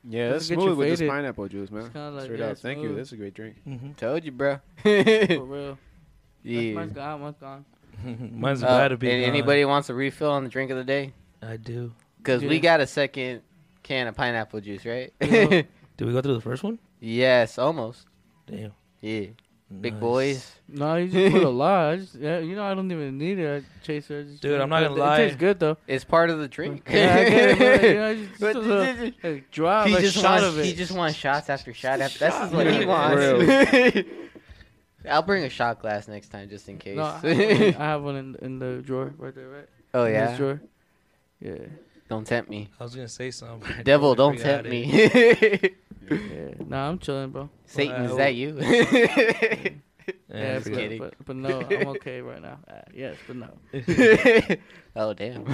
Speaker 4: Yeah, that's
Speaker 1: Doesn't get you
Speaker 4: smooth with this
Speaker 1: faded.
Speaker 4: pineapple juice, man.
Speaker 1: It's kinda like,
Speaker 4: Straight
Speaker 1: yeah,
Speaker 4: up. Thank you.
Speaker 1: smooth.
Speaker 4: That's a great drink.
Speaker 2: Mm-hmm.
Speaker 3: Told you, bro.
Speaker 1: For real. That's-
Speaker 3: yeah.
Speaker 1: Mine's gone. Mine's gone.
Speaker 2: Mm-hmm. Mine's
Speaker 3: Uh,
Speaker 2: glad to be.
Speaker 3: and
Speaker 2: gone.
Speaker 3: anybody wants a refill on the drink of the day?
Speaker 2: I do.
Speaker 3: Because we
Speaker 1: Yeah.
Speaker 3: got a second can of pineapple juice, right?
Speaker 1: Yeah.
Speaker 2: Did we go through the first one?
Speaker 3: yes, almost.
Speaker 2: Damn.
Speaker 3: Yeah. Big
Speaker 2: Nice.
Speaker 3: boys.
Speaker 1: No, you just put a lot. I just, yeah, you know, I don't even need it. I chase it. I just
Speaker 2: Dude,
Speaker 1: drink
Speaker 2: I'm not
Speaker 1: it.
Speaker 2: gonna
Speaker 1: It-
Speaker 2: lie.
Speaker 1: It tastes good though.
Speaker 3: It's part of the drink.
Speaker 1: Yeah, I get it, but, you know, just,
Speaker 3: But
Speaker 1: just a little,
Speaker 3: he
Speaker 1: like, drop a
Speaker 3: just
Speaker 1: shot
Speaker 3: wants,
Speaker 1: of it.
Speaker 3: he just wants shots after shot after. That's just what
Speaker 4: Yeah,
Speaker 3: he
Speaker 4: for
Speaker 3: wants. I'll bring a shot glass next time just in case.
Speaker 1: no, I have, one in, I have one in, in the drawer right there, right?
Speaker 3: oh
Speaker 1: In this
Speaker 3: yeah,
Speaker 1: drawer. Yeah.
Speaker 3: don't tempt me,
Speaker 2: I was gonna say something. I
Speaker 3: devil. Don't
Speaker 2: totally
Speaker 3: tempt
Speaker 2: forgot it.
Speaker 3: me.
Speaker 1: Yeah. Nah, I'm chilling, bro.
Speaker 3: Satan, is
Speaker 2: Well,
Speaker 3: that you?
Speaker 1: Yeah,
Speaker 2: Yeah,
Speaker 3: just
Speaker 1: but,
Speaker 3: kidding.
Speaker 1: But, but no, I'm okay right now. Uh, yes, but no.
Speaker 3: oh damn.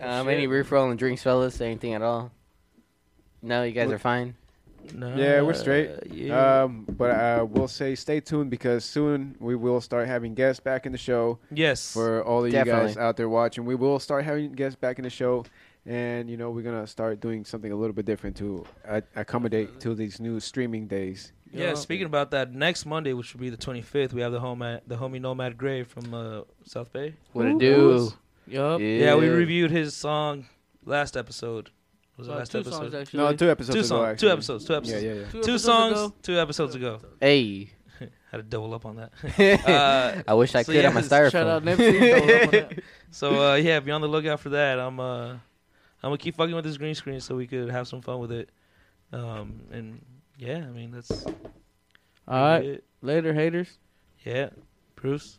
Speaker 2: I
Speaker 3: um, any refill and drinks, fellas? Anything at all? No, you guys are fine.
Speaker 2: forgot.
Speaker 1: Uh,
Speaker 2: Nah,
Speaker 4: Yeah, we're straight.
Speaker 3: Uh,
Speaker 2: yeah.
Speaker 4: Um, but I will say, stay tuned because soon we will start having guests back in the show.
Speaker 2: yes.
Speaker 4: For all of you guys
Speaker 3: Definitely.
Speaker 4: out there watching, we will start having guests back in the show, and you know we're gonna start doing something a little bit different to uh, accommodate to these new streaming days.
Speaker 2: yeah, speaking about that, next Monday, which will be the 25th, we have the home at, the homie Nomad Gray from uh, South Bay.
Speaker 3: What it
Speaker 1: Ooh,
Speaker 3: do?
Speaker 1: oops. Yup.
Speaker 2: oh, Yeah. we reviewed his song last episode. Was the
Speaker 1: Uh,
Speaker 2: last
Speaker 1: two
Speaker 2: episode?
Speaker 1: songs actually.
Speaker 4: No, two episodes.
Speaker 2: two
Speaker 4: ago,
Speaker 2: songs,
Speaker 4: actually.
Speaker 2: two episodes, two episodes.
Speaker 4: Yeah, yeah, yeah.
Speaker 2: Two,
Speaker 1: episodes
Speaker 2: songs,
Speaker 1: ago.
Speaker 2: two episodes ago.
Speaker 3: Hey.
Speaker 2: Had to double up on that. uh,
Speaker 3: I wish I
Speaker 2: So
Speaker 3: could on my
Speaker 2: yes,
Speaker 3: styrofoam.
Speaker 1: Shout out Nipsey.
Speaker 2: so uh, yeah, be on the lookout for that. I'm uh, I'm gonna keep fucking with this green screen so we could have some fun with it. Um, and yeah, I mean that's pretty
Speaker 1: All right,
Speaker 2: it.
Speaker 1: later, haters.
Speaker 2: Yeah, Bruce.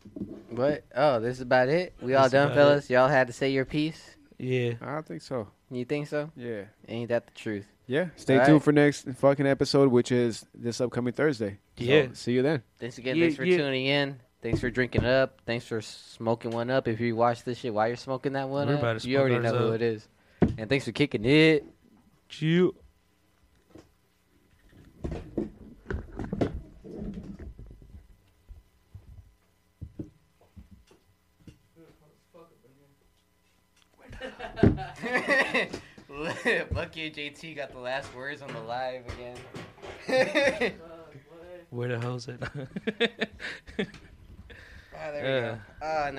Speaker 3: What? Oh, this is about it. We all
Speaker 2: That's
Speaker 3: done,
Speaker 2: about
Speaker 3: fellas. Y'all had to say your piece.
Speaker 2: Yeah,
Speaker 4: I don't think so.
Speaker 3: You think so?
Speaker 4: Yeah.
Speaker 3: Ain't that the truth?
Speaker 4: Yeah. Stay
Speaker 3: All
Speaker 4: tuned
Speaker 3: right.
Speaker 4: for next fucking episode, which is this upcoming Thursday. So,
Speaker 2: Yeah.
Speaker 4: see you then.
Speaker 3: Thanks again.
Speaker 1: Yeah,
Speaker 3: thanks for
Speaker 1: yeah.
Speaker 3: tuning in. Thanks for drinking up. Thanks for smoking one up. If you watch this shit while you're smoking that one
Speaker 2: We're
Speaker 3: up,
Speaker 2: about to
Speaker 3: you
Speaker 2: smoke
Speaker 3: already know
Speaker 2: ours
Speaker 3: who
Speaker 2: up.
Speaker 3: it is. And thanks for kicking it.
Speaker 2: cute.
Speaker 3: Bucky and JT got the last words on the live again.
Speaker 2: Where the hell's it?
Speaker 3: ah, there
Speaker 2: Yeah.
Speaker 3: we go. Ah, now